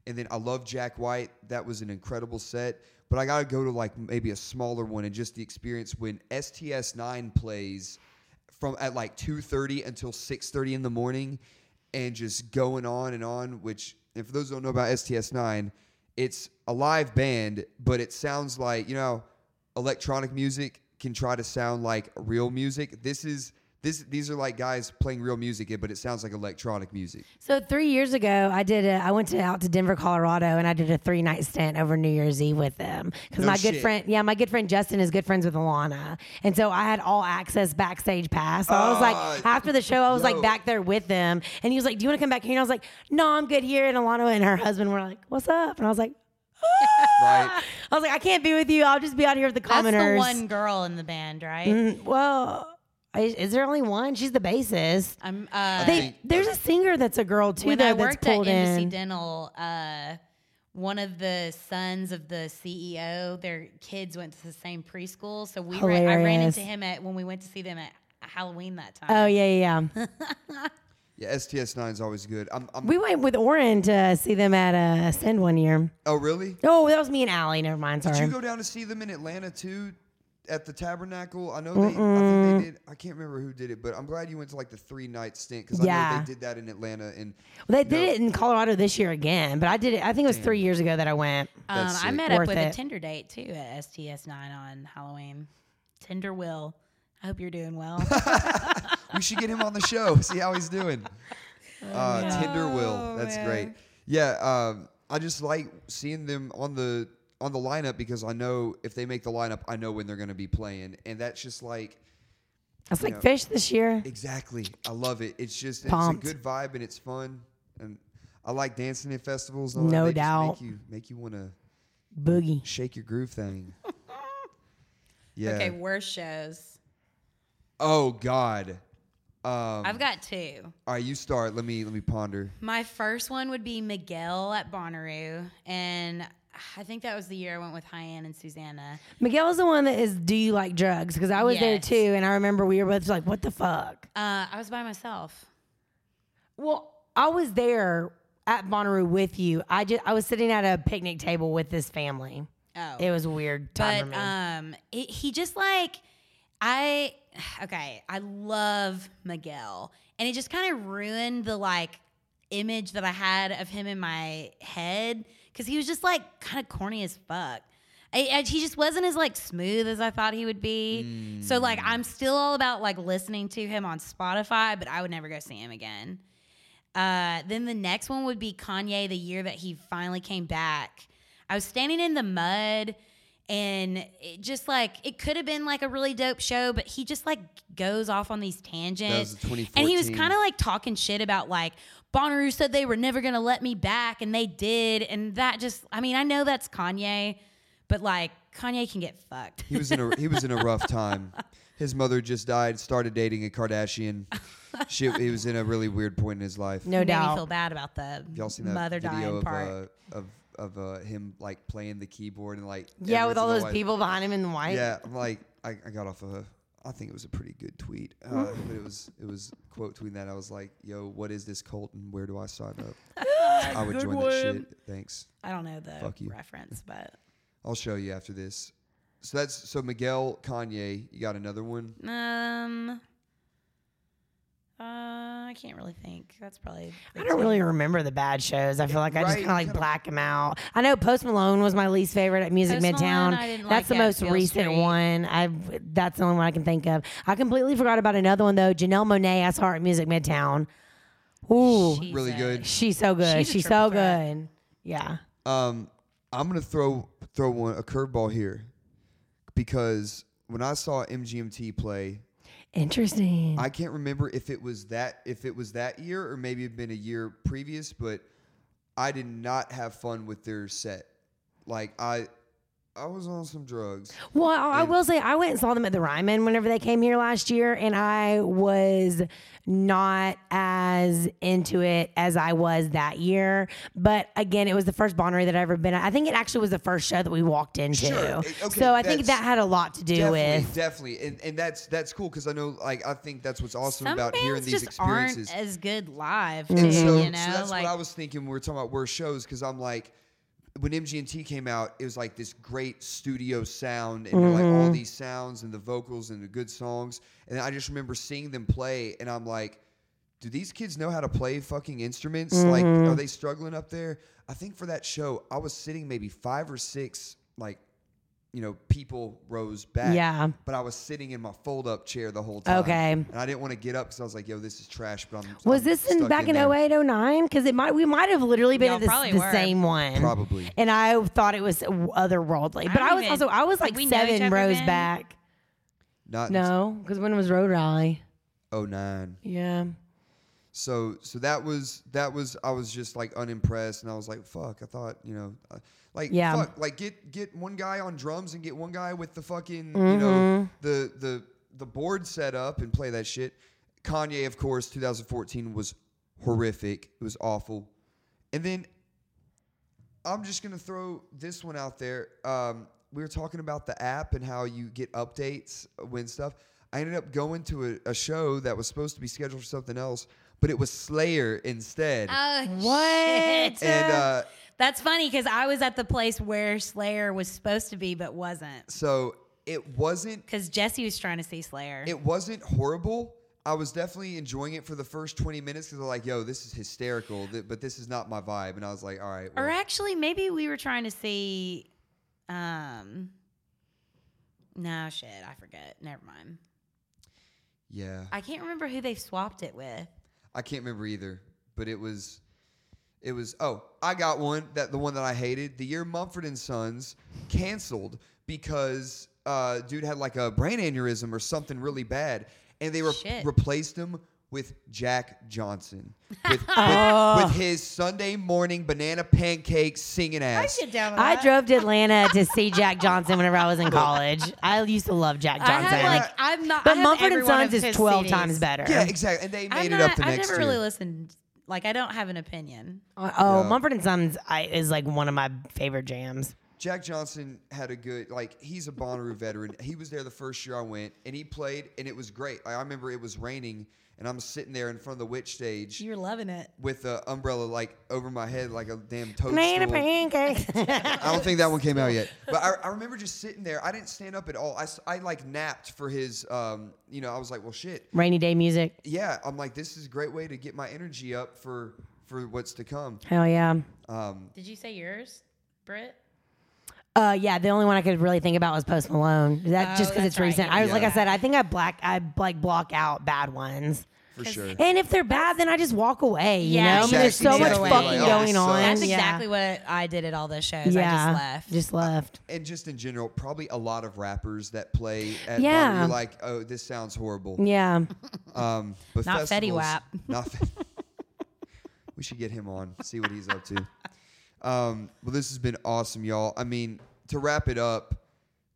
and then I love Jack White. That was an incredible set. But I gotta go to like maybe a smaller one and just the experience when STS Nine plays from at like two thirty until six thirty in the morning, and just going on and on. Which and for those who don't know about STS Nine, it's a live band, but it sounds like you know electronic music can try to sound like real music. This is this these are like guys playing real music, but it sounds like electronic music. So three years ago, I did. A, I went to out to Denver, Colorado, and I did a three night stint over New Year's Eve with them because No my good shit. friend, yeah, my good friend Justin is good friends with Alana, and so I had all access backstage pass. So I was like, Ah, after the show, I was yo. like back there with them, and he was like, "Do you want to come back here?" And I was like, "No, I'm good here." And Alana and her husband were like, "What's up?" And I was like, Right? "I was like, I can't be with you. I'll just be out here with the That's commoners." the one girl in the band, right? Mm, Well, is, is there only one? She's the bassist. I'm. Uh, They- Hey, there's a singer that's a girl too when though I that's worked at pulled Embassy in. Dental, uh, one of the sons of the CEO, their kids went to the same preschool, so we ran, I ran Hilarious. into him at when we went to see them at Halloween that time. Oh yeah, yeah. yeah. (laughs) Yeah, STS Nine is always good. I'm, I'm we went with Oren to see them at uh, Send one year. oh really? Oh, that was me and Allie. Never mind. Sorry. Did you go down to see them in Atlanta too? At the Tabernacle, I know they. I think they did. I can't remember who did it, but I'm glad you went to like the three night stint because I know Yeah. they did that in Atlanta. And they did it in Colorado this year again, but I did it. I think it was three years ago that I went. um, that's I sick. met Worth up with it. a Tinder date too at STS Nine on Halloween. Tinder will. I hope you're doing well. we should get him on the show. (laughs) See how he's doing. Oh, Uh, Tinder will. That's great. Yeah, um, I just like seeing them on the on the lineup because I know if they make the lineup, I know when they're going to be playing, and that's just like That's like Yeah. fish this year. exactly. I love it. It's just Pumped. it's a good vibe and it's fun, and I like dancing at festivals. And all No that. They just doubt. make you make you want to Boogie. shake your groove (laughs) thing. (laughs) Yeah. Okay, worst shows. Oh God. Um, I've got two. all right, you start. Let me let me ponder. My first one would be Miguel at Bonnaroo, and I think that was the year I went with Hyann and Susanna. Miguel's the one that is. Do you like drugs? Because I was there Yes. too, and I remember we were both like, "What the fuck?" Uh, I was by myself. Well, I was there at Bonnaroo with you. I just I was sitting at a picnic table with this family. Oh, It was a weird time but for me. um, it, he just like I (sighs) okay. I love Miguel, and it just kind of ruined the like image that I had of him in my head because he was just like kind of corny as fuck. I, I- he just wasn't as like smooth as I thought he would be. So like I'm still all about like listening to him on Spotify, but I would never go see him again. Uh, then the next one would be Kanye the year that he finally came back. I was standing in the mud and it just like it could have been like a really dope show, but he just like goes off on these tangents. and he was 2014. kind of like talking shit about like Bonnaroo said they were never gonna let me back and they did. And that just I mean, I know that's Kanye, but like Kanye can get fucked. He was in a he was in a rough time. His mother just died. Started dating a Kardashian. (laughs) Shit, he was in a really weird point in his life. no (laughs) Made me doubt. feel bad about the Y'all seen that mother video dying of, part. uh, of of uh, him like playing the keyboard and like Yeah, everyone's with all in the those white- people behind him in the white. Yeah, I'm like I, I got off a. I think it was a pretty good tweet, uh, but it was it was quote tweeting that I was like, "Yo, what is this cult and where do I sign up? I would join that shit. Thanks. I don't know the Fuck you. reference, but I'll show you after this." So that's so Miguel Kanye. You got another one? um, uh, I can't really think. That's probably. the I biggest don't one. really remember the bad shows. I feel like I just Right, kind of like kinda- black them out. I know Post Malone was my least favorite at Music Post Midtown. Malone, I didn't that's like the at most Beale recent Street. one. I that's the only one I can think of. I completely forgot about another one though. Janelle Monet, I saw her at Music Midtown. Ooh, She's Really a- good. she's so good. she's She's, a so triple threat. good. Yeah. Um, I'm gonna throw throw one a curveball here because when I saw MGMT play, Interesting. I can't remember if it was that if it was that year or maybe it'd been a year previous, but I did not have fun with their set. Like I I was on some drugs. Well, I will say I went and saw them at the Ryman whenever they came here last year, and I was not as into it as I was that year. But again, it was the first Bonnery that I ever been. at. I think it actually was the first show that we walked into. Sure. Okay, so I think that's that had a lot to do Definitely, with. definitely, and and that's that's cool because I know like I think that's what's awesome Some about bands hearing these just experiences. aren't as good live, too, And Mm-hmm. so, you so know. that's like, what I was thinking when we were talking about worst shows because I'm like, when MGMT came out, it was like this great studio sound and like Mm-hmm. all these sounds and the vocals and the good songs. And I just remember seeing them play, and I'm like, do these kids know how to play fucking instruments? Like, are Mm-hmm. they struggling up there? I think for that show, I was sitting maybe five or six, like, you know, people rows back. Yeah. But I was sitting in my fold up chair the whole time. Okay. And I didn't want to get up because I was like, yo, this is trash, but I'm. Was I'm this in stuck back in there. 08, 09? Because it might we might have literally been Y'all at this, probably the were. same one. Probably. And I thought it was otherworldly, but don't I was even- also I was did like we know each seven other rows then? back. Not No, because when was Road Rally? oh nine. Yeah. So so that was that was I was just like unimpressed and I was like fuck I thought you know uh, like Yeah. fuck like get get one guy on drums and get one guy with the fucking you Mm-hmm. know the the the board set up and play that shit. Kanye of course 2014 was horrific. It was awful. And then I'm just gonna throw this one out there. Um, we were talking about the app and how you get updates when stuff. I ended up going to a, a show that was supposed to be scheduled for something else, but it was Slayer instead. Oh, What? shit. and uh, That's funny because I was at the place where Slayer was supposed to be, but wasn't so it wasn't because Jesse was trying to see Slayer. it wasn't horrible. I was definitely enjoying it for the first 20 minutes because I'm like, yo, this is hysterical, th- but this is not my vibe. And I was like, all right. or well, actually, maybe we were trying to see. Um, no shit, I forget. Never mind. Yeah. I can't remember who they swapped it with. I can't remember either, but it was it was oh, I got one that the one that I hated. The year Mumford and Sons canceled because uh, dude had like a brain aneurysm or something really bad and they re- Shit. replaced him with Jack (laughs) Johnson with, with- Oh. with his Sunday morning banana pancake singing ass. down. I drove to Atlanta to see Jack Johnson whenever I was in college. I used to love Jack I Johnson. had like I'm not. I but have Mumford every and one Sons of is his 12 CDs. times better. Yeah, exactly. And they made I'm it not- up the I've next never year. really listened. Like I don't have an opinion. Uh, Oh, Yeah. Mumford and Sons I, is like one of my favorite jams. Jack Johnson had a good like he's a Bonnaroo veteran. He was there the first year I went and he played and it was great. Like, I remember it was raining and I'm sitting there in front of the witch stage You're loving it. with the umbrella like over my head like a damn Banana toadstool. pancake. I don't think that one came out yet. But I, I remember just sitting there. I didn't stand up at all. I, s- I, like napped for his um you know, I was like, "Well shit. (laughs) Rainy day music. Yeah, I'm like this is a great way to get my energy up for for what's to come." Hell yeah. Um Did you say yours, Britt? Uh, yeah, the only one I could really think about was Post Malone. That Oh, just because that's it's recent. right. I was like I Yeah. said, I think I black I like block out bad ones. for sure. And if they're bad, then I just walk away. You Yeah, know, I mean, Exactly. there's so Exactly. much Like, fucking oh, this going on. sucks. That's Yeah. exactly what I did at all those shows. I Yeah, just left. Uh, Just left. and just in general, probably a lot of rappers that play at Yeah. yeah. you're like, oh, this sounds horrible. Yeah. Um, but Not Fetty festivals- Wap. (laughs) Not Fe- we should get him on, see what he's up to. Um, well, this has been awesome, y'all. I mean, to wrap it up,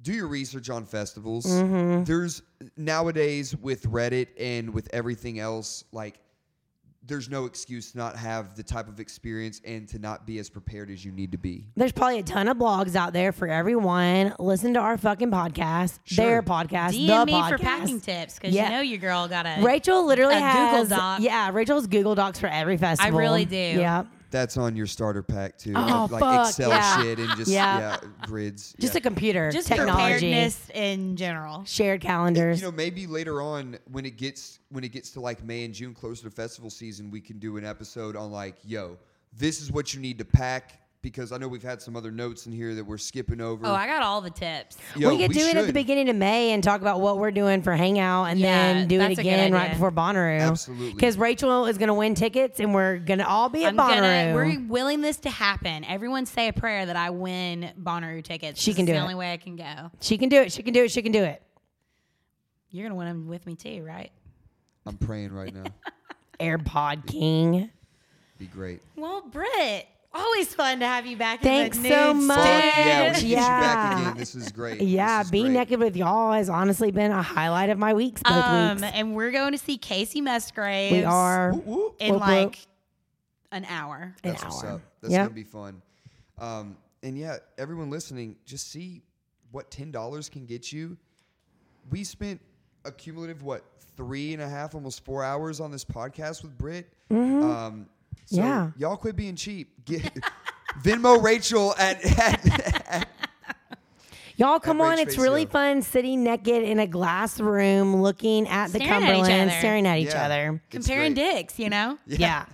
do your research on festivals. Mm-hmm. There's nowadays with Reddit and with everything else, like there's no excuse to not have the type of experience and to not be as prepared as you need to be. (laughs) There's probably a ton of blogs out there for everyone. Listen to our fucking podcast, Sure. their podcast, DM the me podcast. for packing tips because Yeah. you know your girl got a Rachel literally a has Google Doc. Yeah, Rachel's Google Docs for every festival. really do. Yeah. That's on your starter pack too. Oh, like fuck, Excel yeah. shit and just Yeah. yeah, grids. Just yeah. a computer, just technology, preparedness in general. shared calendars. you know, maybe later on when it gets when it gets to like May and June, closer to festival season, we can do an episode on like, yo, this is what you need to pack because I know we've had some other notes in here that we're skipping over. Oh, I got all the tips. Yo, we could do it at the should. beginning of May and talk about what we're doing for Hangout and Yeah, then do it that's a good again right idea. before Bonnaroo. Absolutely. Because Rachel is going to win tickets and we're going to all be at I'm Bonnaroo. gonna, we're willing this to happen. Everyone say a prayer that I win Bonnaroo tickets. She This can is do the it. only way I can go. she can do it. She can do it. She can do it. You're gonna win them with me too, right? I'm praying right now. AirPod King. (laughs) Be great. Well, Britt, Always fun to have you back. Thanks in the so nude much. Fuck stand. yeah, we should get you back Yeah. again. This is great. Yeah, This is being great. naked with y'all has honestly been a highlight of my weeks. Both Um, weeks. and we're going to see Casey Musgraves. We are Whoop, whoop. in Whoop, whoop. like an hour. an That's what's hour. up. That's Yep. gonna be fun. Um, and yeah, everyone listening, just see what ten dollars can get you. We spent a cumulative what three and a half, almost four hours on this podcast with Britt. Um, so Mm-hmm. Yeah. y'all quit being cheap. Get (laughs) Venmo Rachel at, at Y'all come At on. Rage It's Face really Hill. fun sitting naked in a glass room looking at the Staring at each Cumberland, other. staring at each Yeah. other. It's Comparing great. dicks, you know? (laughs) Yeah.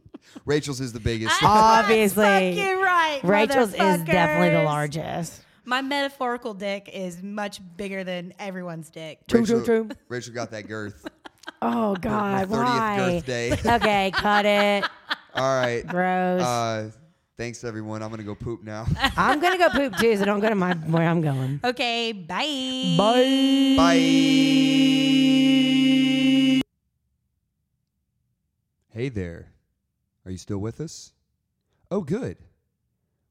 (laughs) Rachel's is the biggest. Ah. Obviously. That's fucking right. Rachel's is definitely the motherfuckers. largest. My metaphorical dick is much bigger than everyone's dick. True, Rachel, (laughs) true, true. Rachel got that (laughs) girth. (laughs) Oh, God. 30th Why? girth day. (laughs) okay, cut (laughs) it. All right. Gross. Uh, thanks everyone. I'm gonna go poop now. I'm going to go poop too, so don't go to my where I'm going. Okay, bye. Bye. Bye. Hey there. Are you still with us? Oh, good.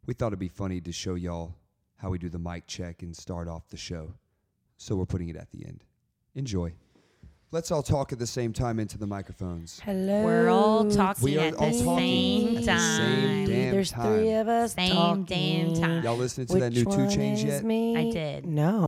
We thought it'd be funny to show y'all how we do the mic check and start off the show. So we're putting it at the end. Enjoy. Let's all talk at the same time into the microphones. Hello. We're all talking We are at all the talking same at the same time. damn There's time. three of us. Same damn talking. time. Y'all listening to Which that new two one change is yet? Me? I did. No.